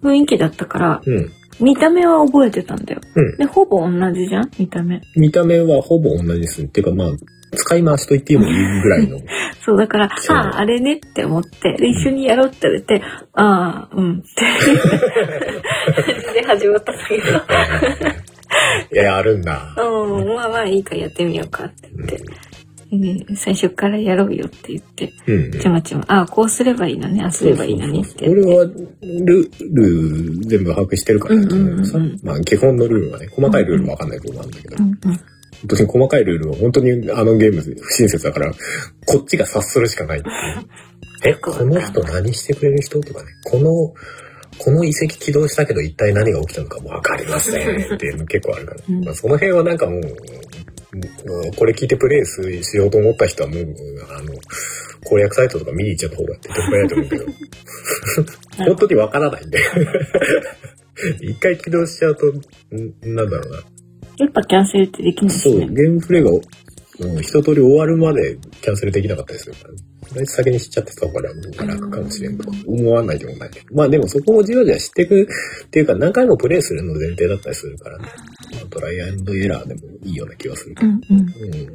S3: 雰囲気だったから、
S2: うん。
S3: 見た目は覚えてたんだよ。
S2: うん。
S3: で、ほぼ同じじゃん見た目。
S2: 見た目はほぼ同じです。っていうかまあ、使い回しと言ってもいいぐら いの。
S3: そう、だから、
S2: そう
S3: ああ、あれねって思って、で、一緒にやろうって言われて、ああ、うんって。感じで始まったんだけど。
S2: いや、あるんだ。
S3: うん、まあまあいいからやってみようかって言って。ね最初からやろうよって言って、
S2: うん。うん
S3: ちまちま、ああ、こうすればいいのね、ああすればいいのねって。
S2: 俺はル、ルール全部把握してるから、
S3: うんうんうんうん
S2: そのまあ基本のルールはね、細かいルールはわかんないところなんだけど、
S3: うんうん、
S2: 本当に細かいルールは本当にあのゲーム不親切だから、こっちが察するしかないっていう。え、この人何してくれる人とかね、この、この遺跡起動したけど一体何が起きたのかもわかりませんっていうの結構あるから。
S3: うん
S2: まあ、その辺はなんかもう、うんこれ聞いてプレイするしようと思った人はもう、あの、攻略サイトとか見に行っちゃった方がって得ないと思うけど、本当にわからないんで。一回起動しちゃうと、んなんだろうな。
S3: やっぱキャンセルってできない
S2: そ
S3: し
S2: う、
S3: ね。
S2: ゲームプレイが、うん、一通り終わるまでキャンセルできなかったりするから、ね、とりあえず先に知っちゃってた方が楽かもしれんとか思わないでもないけど。まあでもそこもじわじわ知っていくっていうか何回もプレイするの前提だったりするからね。まあ、トライアンドエラーでもいいような気がするけ
S3: うんうん。
S2: ど。うん。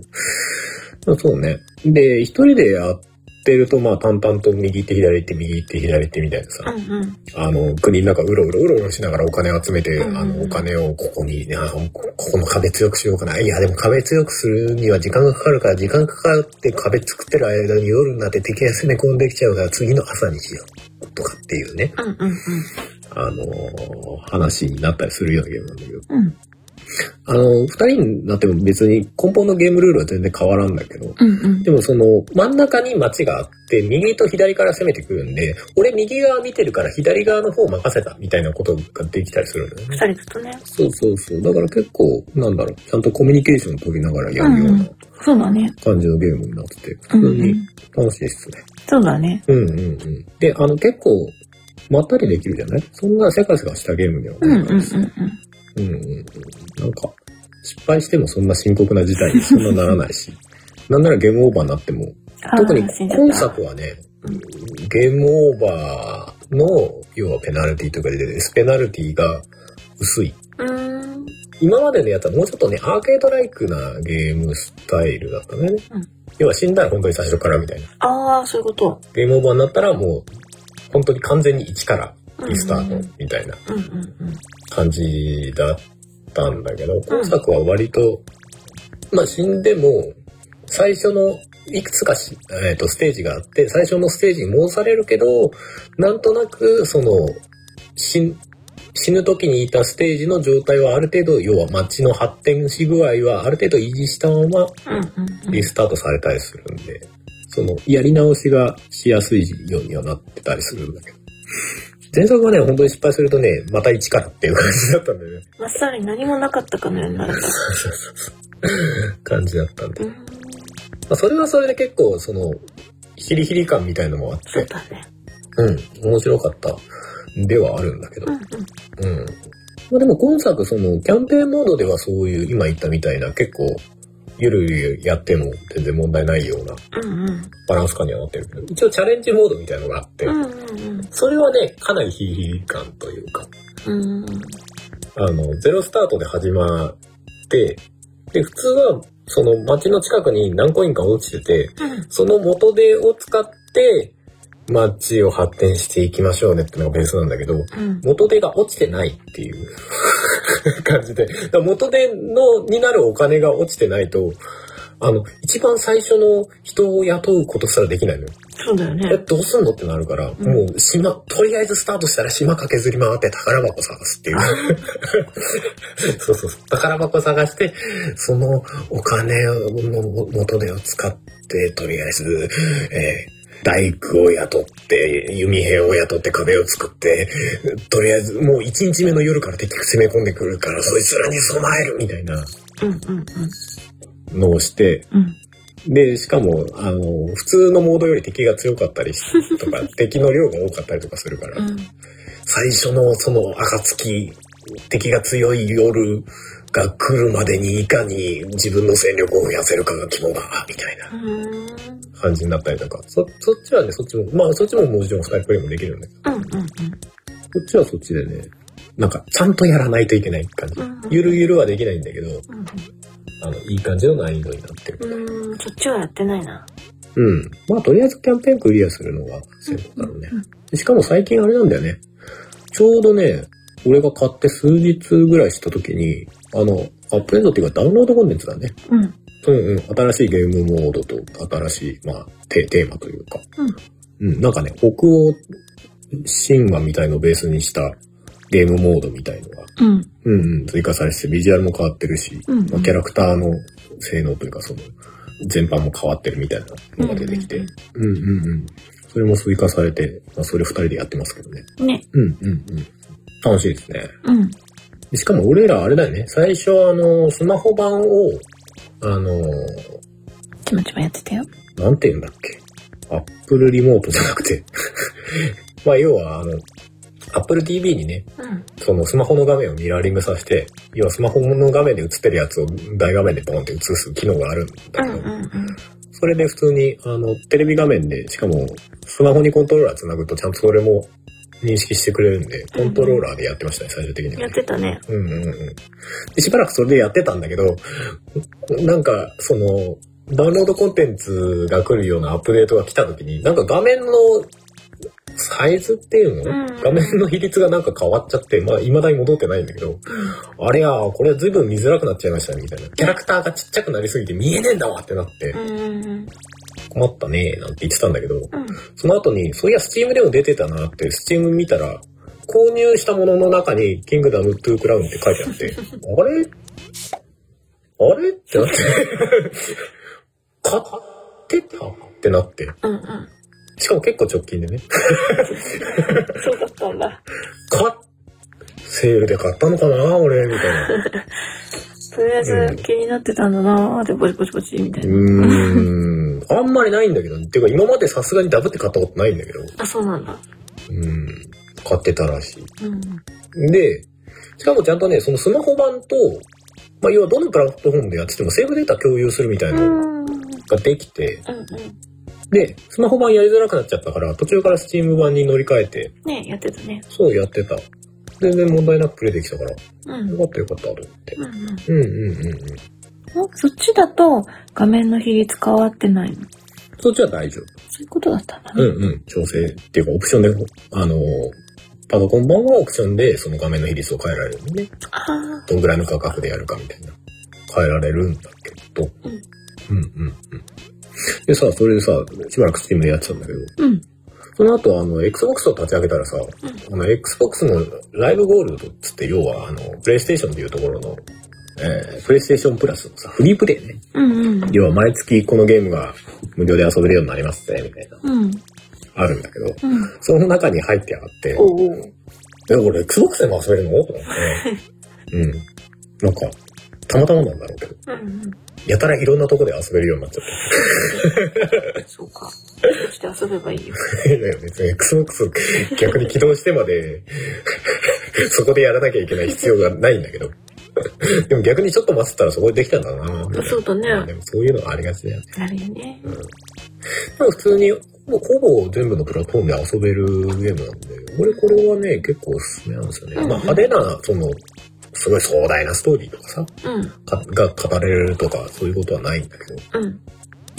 S2: まあそうね。で、一人でやってるとまあ淡々と右手左手右手左手みたいなさ、
S3: うんうん。
S2: あの、国の中うろうろうろうろしながらお金を集めて、
S3: うん
S2: あの、お金をここに、あこここの壁強くしようかな。いや、でも壁強くするには時間がかかるから、時間かかって壁作ってる間に夜になって敵が攻め込んできちゃうから、次の朝にしよう。とかっていうね、
S3: うんうん
S2: あのー話になったりするようなゲームなんだけど。
S3: うん。うん
S2: あのー二人になっても別に根本のゲームルールは全然変わらんだけど、
S3: うんうん
S2: で。もその真ん中に街があって右と左から攻めてくるんで俺右側見てるから左側の方任せたみたいなことができたりするのよね。
S3: 二人とね。
S2: そうそうそう。だから結構なんだろうちゃんとコミュニケーション取りながらやるような
S3: そうだね。
S2: 感じのゲームになってて
S3: う
S2: 普
S3: ん、う
S2: 通に
S3: ん。
S2: 楽しいですね。
S3: そうだね。
S2: うんうんうん。であの結構まったりできるじゃないそんなせかせかしたゲームには
S3: うん
S2: な
S3: うん
S2: い
S3: うんうん。
S2: うんうんうん。なんか、失敗してもそんな深刻な事態にそんなならないし、なんならゲームオーバーになっても、
S3: あー
S2: 特に
S3: 死んじゃっ
S2: 今
S3: た
S2: 作はね
S3: うん、
S2: ゲームオーバーの、要はペナルティとかでデスペナルティが薄い。
S3: うーん。
S2: 今までのやつはもうちょっとね、アーケードライクなゲームスタイルだったね。
S3: うん
S2: 要は死んだら本当に最初からみたいな。
S3: ああ、そういうこと。
S2: ゲームオーバーになったらもう、本当に完全に一からリスタートみたいな。
S3: うんうんうん。
S2: 感じだったんだけど、今作は割と、まあ死んでも、最初のいくつかし、えー、とステージがあって、最初のステージに戻されるけど、なんとなく、その、死ん死ぬ時にいたステージの状態はある程度、要は街の発展し具合はある程度維持したまま
S3: うんうんうん
S2: リスタートされたりするんで、その、やり直しがしやすいようにはなってたりするんだけど。前作はね、本当に失敗するとね、また一からっていう感じだったんだよね。
S3: まっさらに何もなかったかのようになる。
S2: 感じだったんで。
S3: う
S2: ま
S3: ん
S2: あ、それはそれで結構、その、ヒリヒリ感みたいのもあっ
S3: そう
S2: て、
S3: だね。
S2: うん、面白かったではあるんだけど
S3: うん。うん。
S2: うん。まあでも今作、その、キャンペーンモードではそういう、今言ったみたいな、結構、ゆるゆるやっても全然問題ないような
S3: うんうん。
S2: バランス感にはなってるけど、一応チャレンジモードみたいなのがあって
S3: う、んうん
S2: それはね、かなりヒリヒリ感というか、
S3: うん。うん。
S2: あの、ゼロスタートで始まって、で、普通は、その街の近くに何コインか落ちてて、その元手を使って、街を発展していきましょうねってのがベースなんだけど、
S3: うん。
S2: 元手が落ちてないっていう 感じで、だから元手の、になるお金が落ちてないと、あの、一番最初の人を雇うことすらできないのよ。
S3: そうだよ
S2: え、
S3: ね。
S2: どうすんのってなるから、
S3: ん
S2: もう島、とりあえずスタートしたら島駆けずり回って宝箱探すっていう。 そうそうそう。宝箱探して、そのお金の元手を使って、とりあえず、えー大工を雇って、弓兵を雇って壁を作って、とりあえずもう1日目の夜から敵攻め込んでくるから、そいつらに備えるみたいな
S3: うんうん
S2: のをして、
S3: うん。うん。
S2: で、しかも、あの、普通のモードより敵が強かったりしと か、敵の量が多かったりとかするから
S3: う、ん。
S2: 最初のその暁、敵が強い夜が来るまでにいかに自分の戦力を増やせるかが肝だ、みたいな
S3: うん。
S2: 感じになったりとか、そ、そっちはね、そっちも、まあそっちももちろん二人プレイもできるんだけど、
S3: うんうん
S2: そっちはそっちでね、なんかちゃんとやらないといけない感じ。
S3: うん
S2: ゆるゆるはできないんだけど、
S3: うん
S2: あの、いい感じの難易度になってる。
S3: うん。うん。そっちはやってないな。
S2: うん。まあ、とりあえずキャンペーンクリアするのは成功だろうね。でしかも最近あれなんだよね。ちょうどね、俺が買って数日ぐらいした時に、あの、アップデートっていうかダウンロードコンテンツだね。
S3: うん。
S2: うんうん。新しいゲームモードと新しい、まあ、テテーマというか。うん。なんかね、北欧神話みたいのをベースにしたゲームモードみたいのが、
S3: うん。
S2: うんうん、追加されてて、ビジュアルも変わってるし、
S3: うんうん
S2: まあ、キャラクターの性能というか、その、全般も変わってるみたいなのが出てきて、うんうんうん。それも追加されて、まあ、それ二人でやってますけどね。
S3: ね。
S2: うんうんうん。楽しいですね。
S3: うん。
S2: でしかも俺らあれだよね、最初あの、スマホ版を、あの、
S3: ちまちまやってたよ。
S2: なんて言うんだっけ。アップルリモートじゃなくて。 まあ、要はあの、アップル TV にね、
S3: うん。
S2: そのスマホの画面をミラーリングさせて、要はスマホの画面で映ってるやつを大画面でポンって映す機能があるんだけど、
S3: うんうん
S2: それで普通に、あの、テレビ画面で、しかもスマホにコントローラー繋ぐとちゃんとそれも認識してくれるんで、コントローラーでやってましたね、最終的に
S3: う
S2: は
S3: ん。やっ
S2: ね。
S3: てたね。
S2: うんうんうん。で、しばらくそれでやってたんだけど、なんか、その、ダウンロードコンテンツが来るようなアップデートが来た時に、なんか画面のサイズっていうの、
S3: うん
S2: 画面の比率がなんか変わっちゃって、まあ、未だに戻ってないんだけど、あれや、これ随分見づらくなっちゃいましたね、みたいな。キャラクターがちっちゃくなりすぎて見えねえんだわってなって
S3: う、んうん
S2: 困ったねなんて言ってたんだけど、
S3: うん。
S2: その後に、そういや、スチームでも出てたなって、スチーム見たら、購入したものの中に、キングダム2クラウンって書いてあって、あれあれってなって、買ってたってなって。
S3: うんうん。
S2: しかも結構直近でね。
S3: そうだったんだ。
S2: 買っ、セールで買ったのかな俺、みたいな。
S3: とりあえず気になってたんだなーで、ぼちぼちぼちみたいな。
S2: うーん。あんまりないんだけど、てか今までさすがにダブって買ったことないんだけど、
S3: あ、そうなんだ。
S2: うん。買ってたらしい。
S3: うんうん。
S2: で、しかもちゃんとね、そのスマホ版と、まあ、要はどのプラットフォームでやっててもセーブデータ共有するみたいなの
S3: うんうん
S2: ができて、
S3: うん。
S2: で、スマホ版やりづらくなっちゃったから、途中から Steam 版に乗り換えて、
S3: ねやってたね。
S2: そうやってた。全然問題なくプレイできたから、よ
S3: うん。うん
S2: かったよかったと思って。
S3: うん。
S2: うんうんうんうん。
S3: そっちだと画面の比率変わってないの。
S2: そっちは大丈夫。
S3: そういうことだったんだ
S2: う
S3: ね。
S2: んうん。調整っていうか、オプションで、あのー、パソコン版はオプションでその画面の比率を変えられるんでね。
S3: あ
S2: どんぐらいの価格でやるかみたいな。変えられるんだけど。
S3: うん
S2: うんうんうん。でさ、それでさ、しばらく Steam でやってたんだけど、
S3: あ。うん。
S2: その後、あの、Xbox を立ち上げたらさ、あの、Xbox のライブゴールドっつって、要は、あの、PlayStation っていうところの、えー、PlayStation プラスのさ、フリープレイね。
S3: うんうん。
S2: 要は、毎月このゲームが無料で遊べるようになりますね、みたいな。
S3: うん。
S2: あるんだけど、
S3: うん。
S2: その中に入ってあって、
S3: おうおう。
S2: え、これ Xbox でも遊べるのと思 って、うん。なんか、たまたまなんだろうけど、
S3: うんうん。
S2: やたらいろんなとこで遊べるようになっちゃっ
S3: そうか。して遊べばいいよ。
S2: た。 だよね別に Xbox を逆に起動してまで、 そこでやらなきゃいけない必要がないんだけど。 でも逆にちょっと待ってたらそこでできたんだなみたいな
S3: そうだね
S2: まあでもそういうのはありがちだよね。
S3: あれね。
S2: でも普通に、もうほぼ全部のプラットフォームで遊べるゲームなんで、俺これはね、結構おすすめなんですよね。
S3: うんうん
S2: まあ派手な、その、すごい壮大なストーリーとかさ、
S3: うん。
S2: かが語れるとか、そういうことはないんだけど、
S3: うん。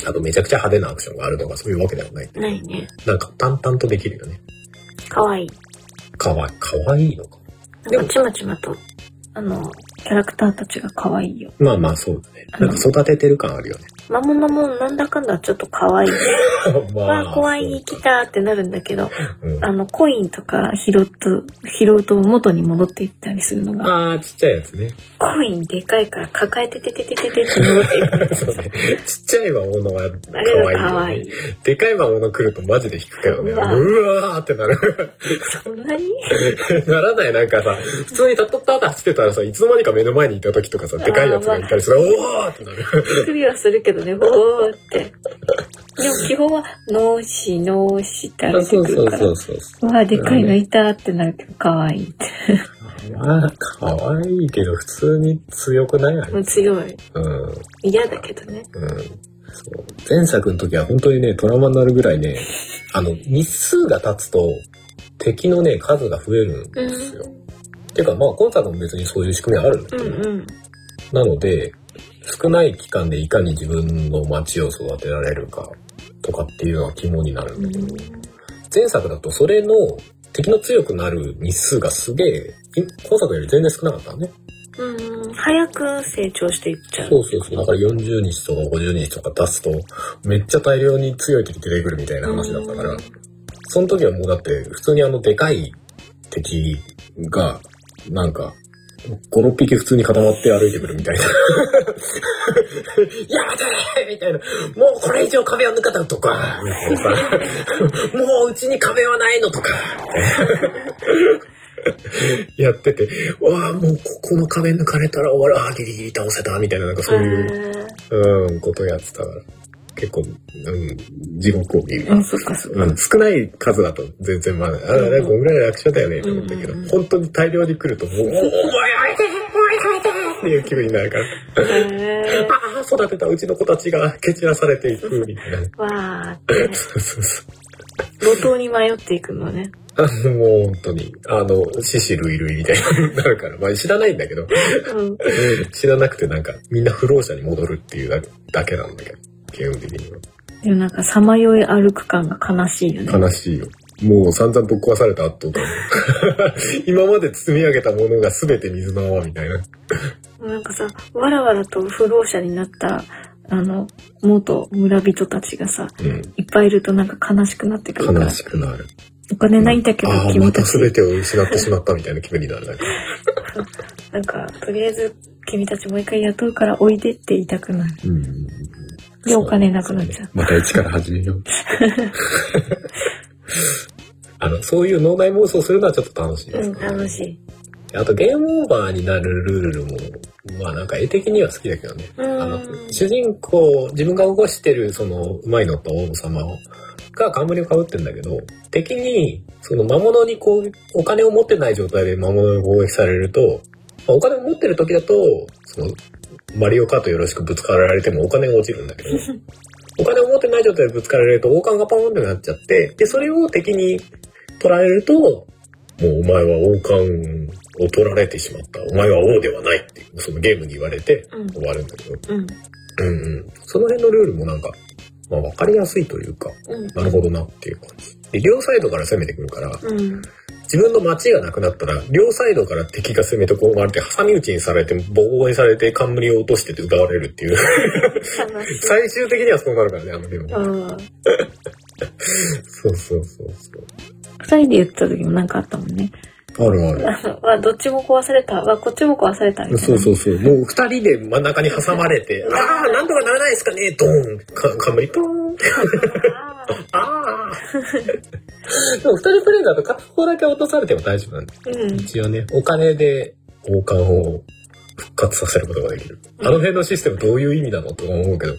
S2: あとめちゃくちゃ派手なアクションがあるとか、そういうわけではないんだけど
S3: ないね。
S2: なんか淡々とできるよね。
S3: かわいい。
S2: かわい、かわいいのか。
S3: なんかちまちまと、あの、キャラクターたちが可愛いよ。
S2: まあまあそうだね。なんか育ててる感あるよね。
S3: マモマモなんだかんだちょっと可愛い。わあ、怖いに来たってなるんだけど、
S2: うん
S3: あの、コインとか拾っと、拾うと元に戻っていったりするのが、
S2: あー、ちっちゃいやつね。
S3: コインでかいから抱えててててててって戻っていくんです
S2: そう
S3: よ。
S2: ね。ちっちゃい魔物は可愛いよ
S3: あ
S2: ね
S3: れが可愛い。
S2: でかい魔物来るとマジで引くからね。
S3: う
S2: う
S3: わ
S2: わーってなる。
S3: そんなに
S2: ならないなんかさ、普通にタッタッタッと走ってたらさ、いつの間にか目の前にいた時とかさ、でかいやつがいたりする。おーってなる。
S3: 首はするけどね、おーって。でも基本は、のーし、のーしって歩いてくるから。
S2: うそう。
S3: わあ、でかいのいたってなるけど、可愛いって。
S2: まあ、可愛いけど、普通に強くないあれ
S3: もう強い。
S2: うん。うん。
S3: 嫌だけどね。
S2: そう。前作の時は本当にね、トラウマになるぐらいね、あの、日数が経つと、敵のね、数が増えるんですよ。てか、まあ、今作も別にそういう仕組みはあるんだけ
S3: う
S2: ど、
S3: んうん。
S2: なので、少ない期間でいかに自分の街を育てられるかとかっていうのが肝になるんだけど、前作だとそれの敵の強くなる日数がすげえ、い今作より全然少なかったのね。
S3: うん。早く成長していっちゃう。
S2: そうそうそう。だから40日とか50日とか出すと、めっちゃ大量に強い敵出てくるみたいな話だったから、
S3: うん
S2: その時はもうだって、普通にあのでかい敵が、なんか、5、6匹普通に固まって歩いてくるみ たいな。やばいみたいな。もうこれ以上壁は抜かたとか。みたいなさもううちに壁はないのとか。 やってて、わあ、もうここの壁抜かれたら終わる。ああ、ギリギリ倒せた。みたいな、なんかそういう。うん、ことやってたから。結構、うん、地獄を見る
S3: う。ん、そっかそっか。
S2: うん、少ない数だと全然まだ、ああ、
S3: うんうん
S2: こんぐらい楽勝だよねと思ったけど、
S3: うんうんうん
S2: 本当に大量に来ると、もう、おお前相手お前相手っていう気分になるから、
S3: へ
S2: ああ、育てたうちの子たちが蹴散らされていく、みたいな。
S3: ーわあって。
S2: そうそうそ
S3: 路頭に迷っていくのね。
S2: う。あの、もう本当に、あの、獅子類類みたいになるから、まあ知らないんだけど、
S3: うん。
S2: 知らなくてなんか、みんな不老者に戻るっていうだだけなんだけど、基本的には。
S3: でもなんか、さまよい歩く感が悲しいよね。
S2: 悲しいよ。もう散々ぶっ壊された後だもん今まで積み上げたものが全て水の泡みたいな。
S3: なんかさ、わらわらと不老者になった、あの、元村人たちがさ、
S2: うん。
S3: いっぱいいるとなんか悲しくなってくるから
S2: 悲、しくなる。
S3: お金ないんだけど
S2: ああ、
S3: 君
S2: ま
S3: た
S2: た
S3: ち、
S2: 全てを失ってしまったみたいな気分になる。なんか
S3: なんか、とりあえず君たちもう一回雇うからおいでって言いたくなる。
S2: うん。
S3: で、お金なくなっちゃう。
S2: また一から始めよう。 あの、そういう脳内妄想するのはちょっと楽しいで
S3: う
S2: す
S3: ん、
S2: ね。
S3: 楽しい。
S2: あと、ゲームオーバーになるルールも、まあなんか絵的には好きだけどね。
S3: う
S2: あ
S3: ん
S2: の。、主人公、自分が動かしてる、その、うまいのと王様を、が冠をかぶってんだけど、敵に、その魔物にこう、お金を持ってない状態で魔物に攻撃されると、まあお金を持ってる時だと、その、マリオカートよろしくぶつかられてもお金が落ちるんだ けど、お金を持ってない状態でぶつかられると王冠がパーンってなっちゃって、で、それを敵に取られると、もうお前は王冠を取られてしまった。お前は王ではないっていう、そのゲームに言われて
S3: うん
S2: 終わるんだけど、
S3: うん。
S2: うんうん。その辺のルールもなんか、まあ分かりやすいというか、
S3: うん。
S2: なるほどなっていう感じ。で、両サイドから攻めてくるから、
S3: うん。
S2: 自分の街がなくなったら、両サイドから敵が攻めてこう回って、挟み撃ちにされて、ボコボコにされて、冠を落としてて奪われるっていう。
S3: 悲しい。
S2: 最終的にはそうなるからね、あのゲームは。
S3: うん。
S2: そうそうそうそう。
S3: 二人で言ってた時もなんかあったもんね。
S2: あるある。
S3: はどっちも壊された、わこっちも壊されたみたいな。
S2: そうそうそう。 もう二人で真ん中に挟まれて、ああ、なんとかならないですかね、ドーン。か、かむり、ポーン。
S3: あ
S2: ああ。でも二人プレイだと片方だけ落とされても大丈夫なんで。
S3: ーうん。
S2: 一応ね、お金で王冠を復活させることができる。あの辺のシステムどういう意味なのとか思うけど、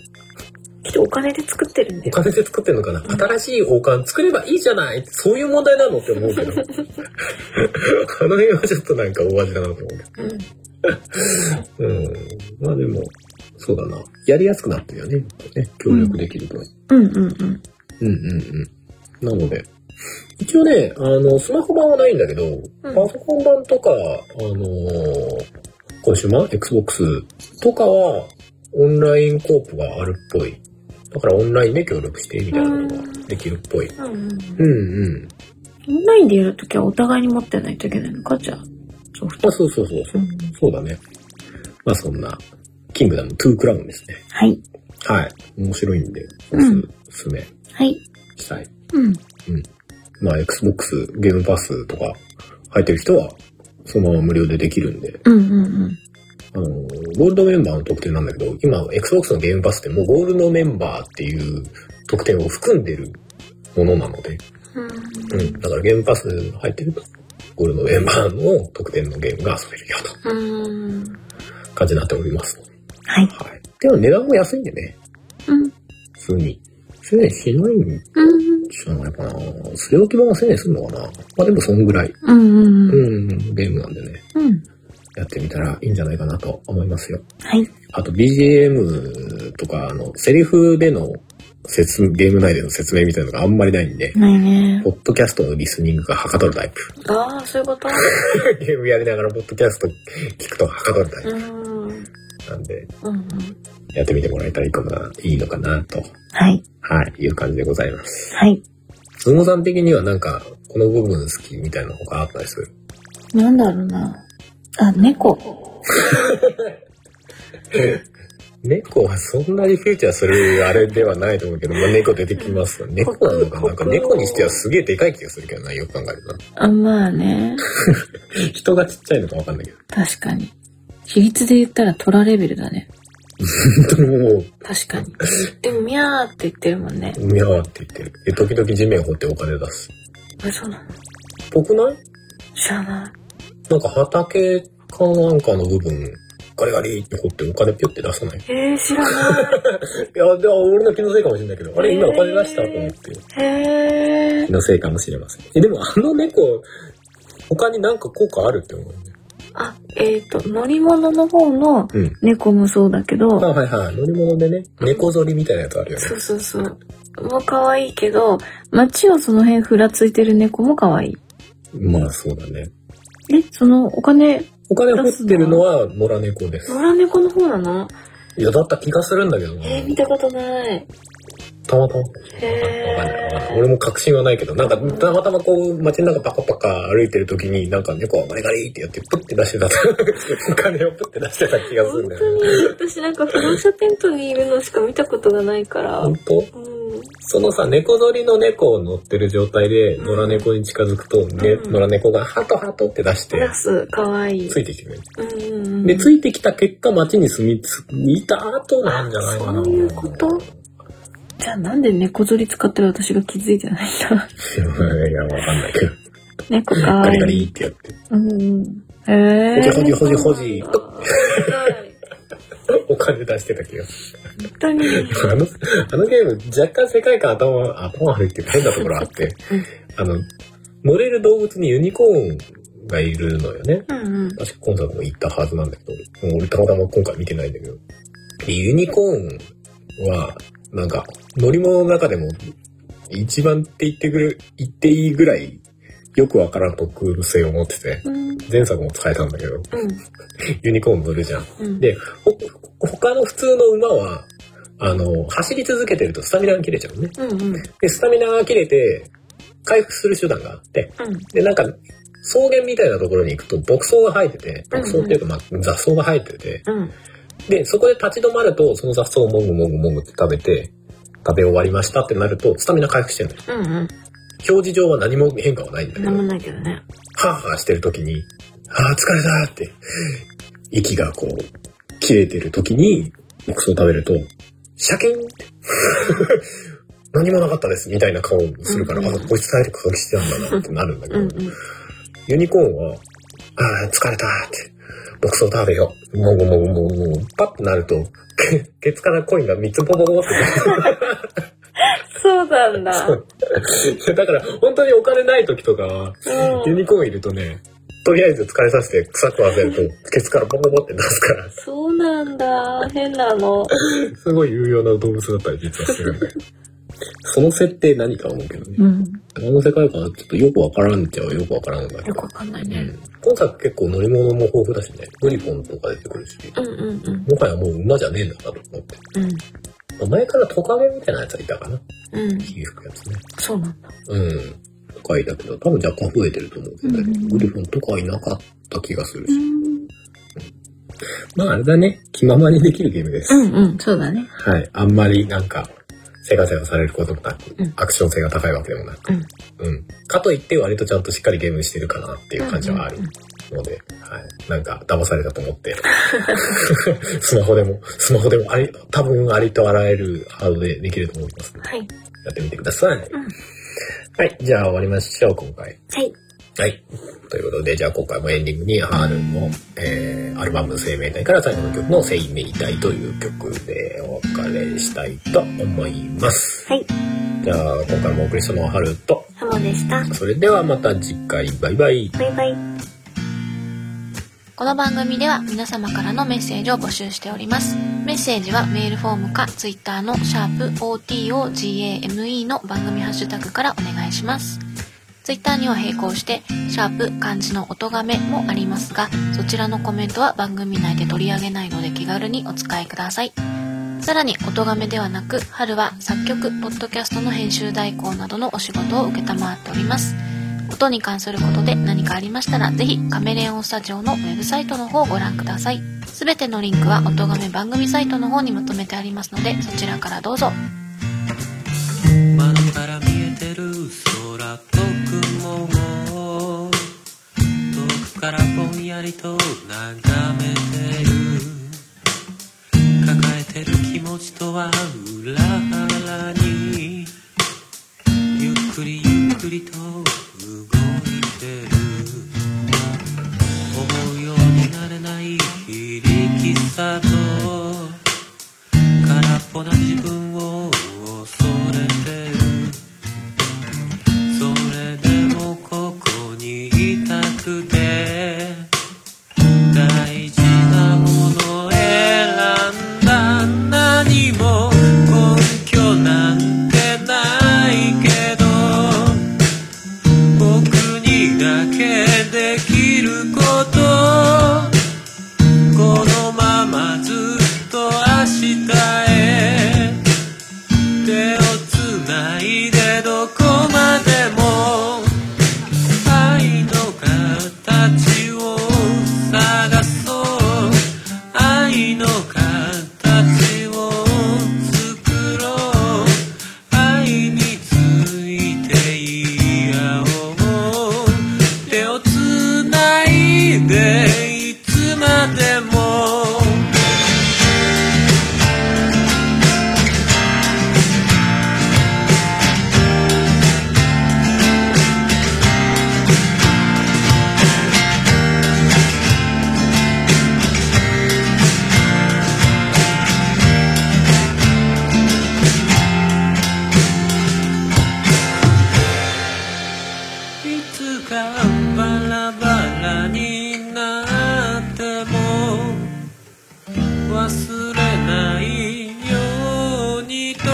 S3: きっとお金で作ってるんだ
S2: お
S3: よ。
S2: 金で作ってんのかな新しい王冠作ればいいじゃないそういう問題なのって思うけど。あの辺はちょっとなんか大味だなと思うけど。
S3: うん。
S2: うん。まあでも、そうだな。やりやすくなってるよね。ね協力できる分。
S3: うんうんうん。
S2: うんうんうん。なので。一応ね、あの、スマホ版はないんだけど、パソコン版とか、あのー、コンシューマー ?Xbox とかは、オンラインコープがあるっぽい。だからオンラインで協力して、みたいなのができるっぽい。
S3: うんうん
S2: うんうん。
S3: オンラインでやるときはお互いに持ってないといけないのかじゃあ、ソフト。
S2: あ、そうそうそうそうう。
S3: ん
S2: そうだね。まあそんな、キングダム2クラウンですね。
S3: はい。
S2: はい。面白いんで、お
S3: うん
S2: すすめ
S3: はい。
S2: したい。
S3: うん。
S2: まあ Xbox ゲームパスとか入ってる人は、そのまま無料でできるんで、
S3: うんうん
S2: あの、ゴールドメンバーの特典なんだけど、今、Xbox のゲームパスってもうゴールドメンバーっていう特典を含んでるものなので、
S3: うん。
S2: うん。だからゲームパス入ってると、ゴールドメンバーの特典のゲームが遊べるよと
S3: うん。
S2: 感じになっております。
S3: はい。
S2: はい。でも値段も安いんでね、
S3: うん。
S2: 普通に。1000円しないん
S3: うん。
S2: じゃないかな。据え置き版は1000円するのかな。まあでもそんぐらい。
S3: うん
S2: う。ん、ゲームなんでね。
S3: うん。
S2: やってみたらいいんじゃないかなと思いますよ。
S3: はい。
S2: あと BGM とか、あの、セリフでの説、ゲーム内での説明みたいなのがあんまりないんで、
S3: ないね。
S2: ポッドキャストのリスニングがはかどるタイプ。
S3: ああ、そういうこと
S2: ゲームやりながらポッドキャスト聞くとはかどるタイ
S3: うん。うん
S2: プなんで、
S3: うん。
S2: やってみてもらえたらいいかないいのかなと、
S3: はい。
S2: はい、いう感じでございます。
S3: はい。
S2: ズンゴさん的にはなんか、この部分好きみたいなの他あったりする
S3: なんだろうな。あ、猫。
S2: 猫はそんなにフューチャーするあれではないと思うけど、まあ、猫出てきますよ。猫なのかななんか猫にしてはすげえでかい気がするけどな、よく考えるな。
S3: あ、まあね。
S2: 人がちっちゃいのかわかんないけど。
S3: 確かに。比率で言ったら虎レベルだね。
S2: 本当にもう、
S3: 確かに。でも、ミャーって言ってるもんね。
S2: みゃーって言ってる。で、時々地面掘ってお金出す。
S3: あ、そうなの
S2: ぽくない
S3: 知らない。
S2: なんか畑かなんかの部分、ガリガリって掘ってお金ピュって出さない。い
S3: えー、知らない。
S2: や、でも俺の気のせいかもしれないけど、あれ今お金出したと思って。
S3: へえ
S2: 気。のせいかもしれません。え、でもあの猫、他になんか効果あるって思うね。
S3: あ、えっ、ー、と、乗り物の方の
S2: うん。
S3: 猫もそうだけ
S2: あ
S3: ど、
S2: はいはい。乗り物でね、猫ぞりみたいなやつあるよね。
S3: そうそうそう。もう可愛いけど、街をその辺ふらついてる猫も可愛い。
S2: まあそうだね。
S3: え、そのお金、
S2: お金掘ってるのは野良猫です。
S3: 野良猫の方なの
S2: いや、だった気がするんだけどな。
S3: えー、見たことない。
S2: たまたま。わ
S3: へ
S2: かんないわかんない。
S3: ー
S2: 俺も確信はないけど、なんか、たまたまこう、街の中パカパカ歩いてる時に、なんか猫がガリガリってやって、プッて出してた。 お金をプッて出してた気がするん
S3: 本
S2: だ
S3: 当
S2: よね。
S3: に、私なんか不動車テントにいるのしか見たことがないから。う
S2: 本
S3: ん。
S2: 当そのさ、猫ぞりの猫を乗ってる状態で、野良猫に近づくと、ね、
S3: うん
S2: 野良猫がハトハトって出して
S3: ラ、ス、可愛い。
S2: ついてきてくれる。
S3: うんうんうん。
S2: で、ついてきた結果、町に住みつ、いた後なんじゃないかな。
S3: あそういうことじゃあなんで猫ぞり使ってる私が気づいてないん だ
S2: いや、わかんないけど。
S3: 猫か
S2: ガ
S3: わい
S2: リ
S3: い。
S2: ガリってやって。
S3: うんうん。へえ。
S2: ほじほじほじほじ
S3: そうなん だ
S2: お金出してた気がす
S3: 本当に。
S2: る。あの、あのゲーム、若干世界観頭、頭悪いっていうか変なところあって、あの、乗れる動物にユニコーンがいるのよね。
S3: うんうん。
S2: 確かコンサートも行ったはずなんだけど、もう俺たまたま今回見てないんだけど。でユニコーンは、なんか、乗り物の中でも、一番って言ってくる、言っていいぐらい、よくわからん特殊性を持ってて、
S3: うん
S2: 前作も使えたんだけど、
S3: うん
S2: ユニコーン乗るじゃん。
S3: うん。
S2: で、ほ、他の普通の馬は、あの、走り続けてるとスタミナが切れちゃうのね。
S3: うんうん。うん。
S2: で、スタミナが切れて、回復する手段があって、で、なんか、草原みたいなところに行くと牧草が生えてて、牧草っていうか、まあ、雑草が生えてて、
S3: うん。
S2: で、そこで立ち止まると、その雑草をもぐもぐもぐって食べて、食べ終わりましたってなると、スタミナ回復してるんだよ。
S3: うんうん。
S2: 表示上は何も変化はないんだけ
S3: な
S2: ど
S3: んも、ないけどね。
S2: ハーハーしてる時に、ああ、疲れたって、息がこう、切れてる時に、木草を食べると、シャキーンって 何もなかったです、みたいな顔をするから、
S3: うんうん
S2: あ、こいつ体力消費してたんだなってなるんだけど、
S3: うんうん。
S2: ユニコーンは、ああ、疲れたって、牧草食べよう。もぐもぐもぐもぐ、パッとなると、け ケツからコインが3つボボボボって
S3: そうなんだ。
S2: そう だから、本当にお金ない時とかは、
S3: う
S2: ユ
S3: ん。
S2: ニコーンいるとね、とりあえず疲れさせて臭く混ぜる と、ケツからボコボコって出すから、
S3: そうなんだ。変なの。
S2: すごい有用な動物だったり実はするんだけど。その設定何か思うけどね。
S3: うん。
S2: あの世界観はちょっとよくわからんっちゃよくわからんんだけ
S3: よく
S2: ど
S3: わ。かんないうね。
S2: ん今作結構乗り物も豊富だしね、グリフォンとか出てくるし、
S3: うんうんうん。
S2: もはやもう馬じゃねえんだなと思って。
S3: うん。
S2: まあ前からトカゲみたいなやつはいたかな。
S3: うん。
S2: 火吹くやつね。
S3: そうなんだ。
S2: うん。都会だけど、多分若干増えてると思うんだけ
S3: うんうん
S2: ど、グリフォンとかはいなかった気がする
S3: う
S2: し。
S3: ん。
S2: まああれだね、気ままにできるゲームです。
S3: うんうん。そうだね。
S2: はい。あんまりなんか、せがせがされることもなく、
S3: うん
S2: アクション性が高いわけでもなく、
S3: うん
S2: うん。かといって割とちゃんとしっかりゲームしてるかなっていう感じはある
S3: うんうん
S2: ので、はい。なんか、騙されたと思って、 スマホでも、スマホでもあり、多分ありとあらゆるハードでできると思いますので、
S3: はい。
S2: やってみてください。
S3: ん
S2: はい。じゃあ終わりましょう、今回。
S3: はい。
S2: はい。ということで、じゃあ今回もエンディングに、ハールの、えー、アルバム生命体から最後の曲の生命体という曲でお別れしたいと思います。
S3: はい。
S2: じゃあ今回もお送りしたのはハルと、
S3: ハモでした。
S2: それではまた次回、バイバイ。
S3: バイバイ。
S4: この番組では皆様からのメッセージを募集しております。メッセージはメールフォームか Twitter のシャープ o t o g a m e の番組ハッシュタグからお願いします。Twitter には並行して、シャープ漢字の音がめもありますが、そちらのコメントは番組内で取り上げないので気軽にお使いください。さらに、音がめではなく、春は作曲、ポッドキャストの編集代行などのお仕事を承っております。音に関することで何かありましたら、ぜひカメレオンスタジオのウェブサイトの方をご覧ください。すべてのリンクは音亀番組サイトの方にまとめてありますので、そちらからどうぞ。
S5: 窓から見えてる空と雲を遠くからぼんやりと眺めてる抱えてる気持ちとは裏腹にゆっくりゆっくりと動いてる思うようになれない非力さと空っぽな自分を恐れてるそれでもここにいたくて大事なものを選んだ何も根拠なんてないけど僕にだけできることこのままずっと明日へ手をつないでどこまでも愛の形を探そう愛の形を作ろう愛について言い合おう手をつないでいつまでもいつかバラバラになっても忘れないようにと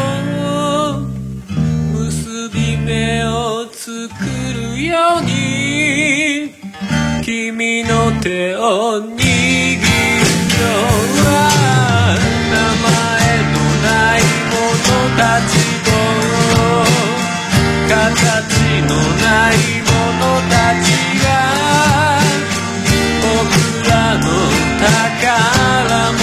S5: 結び目を作るように君の手を握るよは名前のない者たちと形のないものたちが僕らの宝物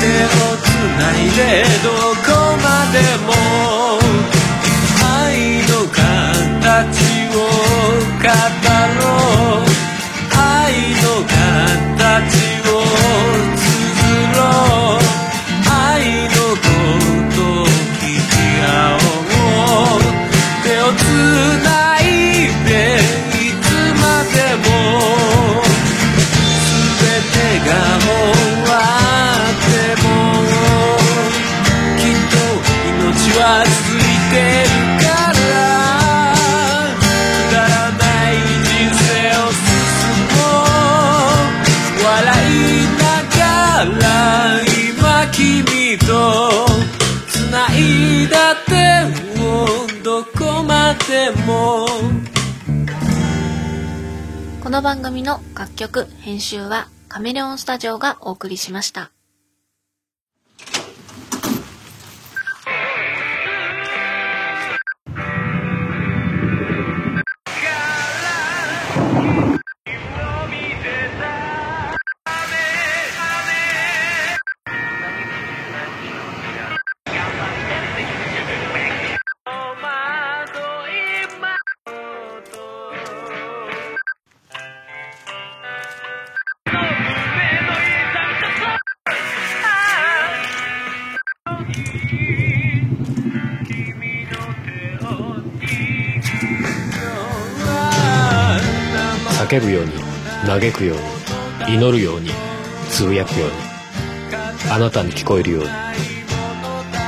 S5: 手をつないでどこまでも愛の形をろう愛の形を綴ろう愛のことを聞き合おう手をつないでいつまでも全てが終わってもきっと命はついてるからくだらない人生を進もう笑いながら今君と繋いだ手をどこまでも
S4: この番組の楽曲、編集はカメレオンスタジオがお送りしました。
S1: 叫ぶように嘆くように祈るようにつぶやくようにあなたに聞こえるように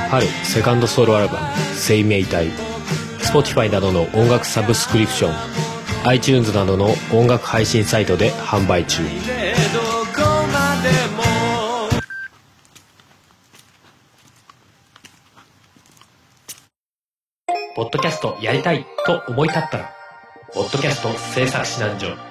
S1: 春セカンドソロアルバム「生命体」Spotify などの音楽サブスクリプション iTunes などの音楽配信サイトで販売中
S5: どこまでも
S1: ポッドキャストやりたいと思い立ったら「ポッドキャスト制作指南所」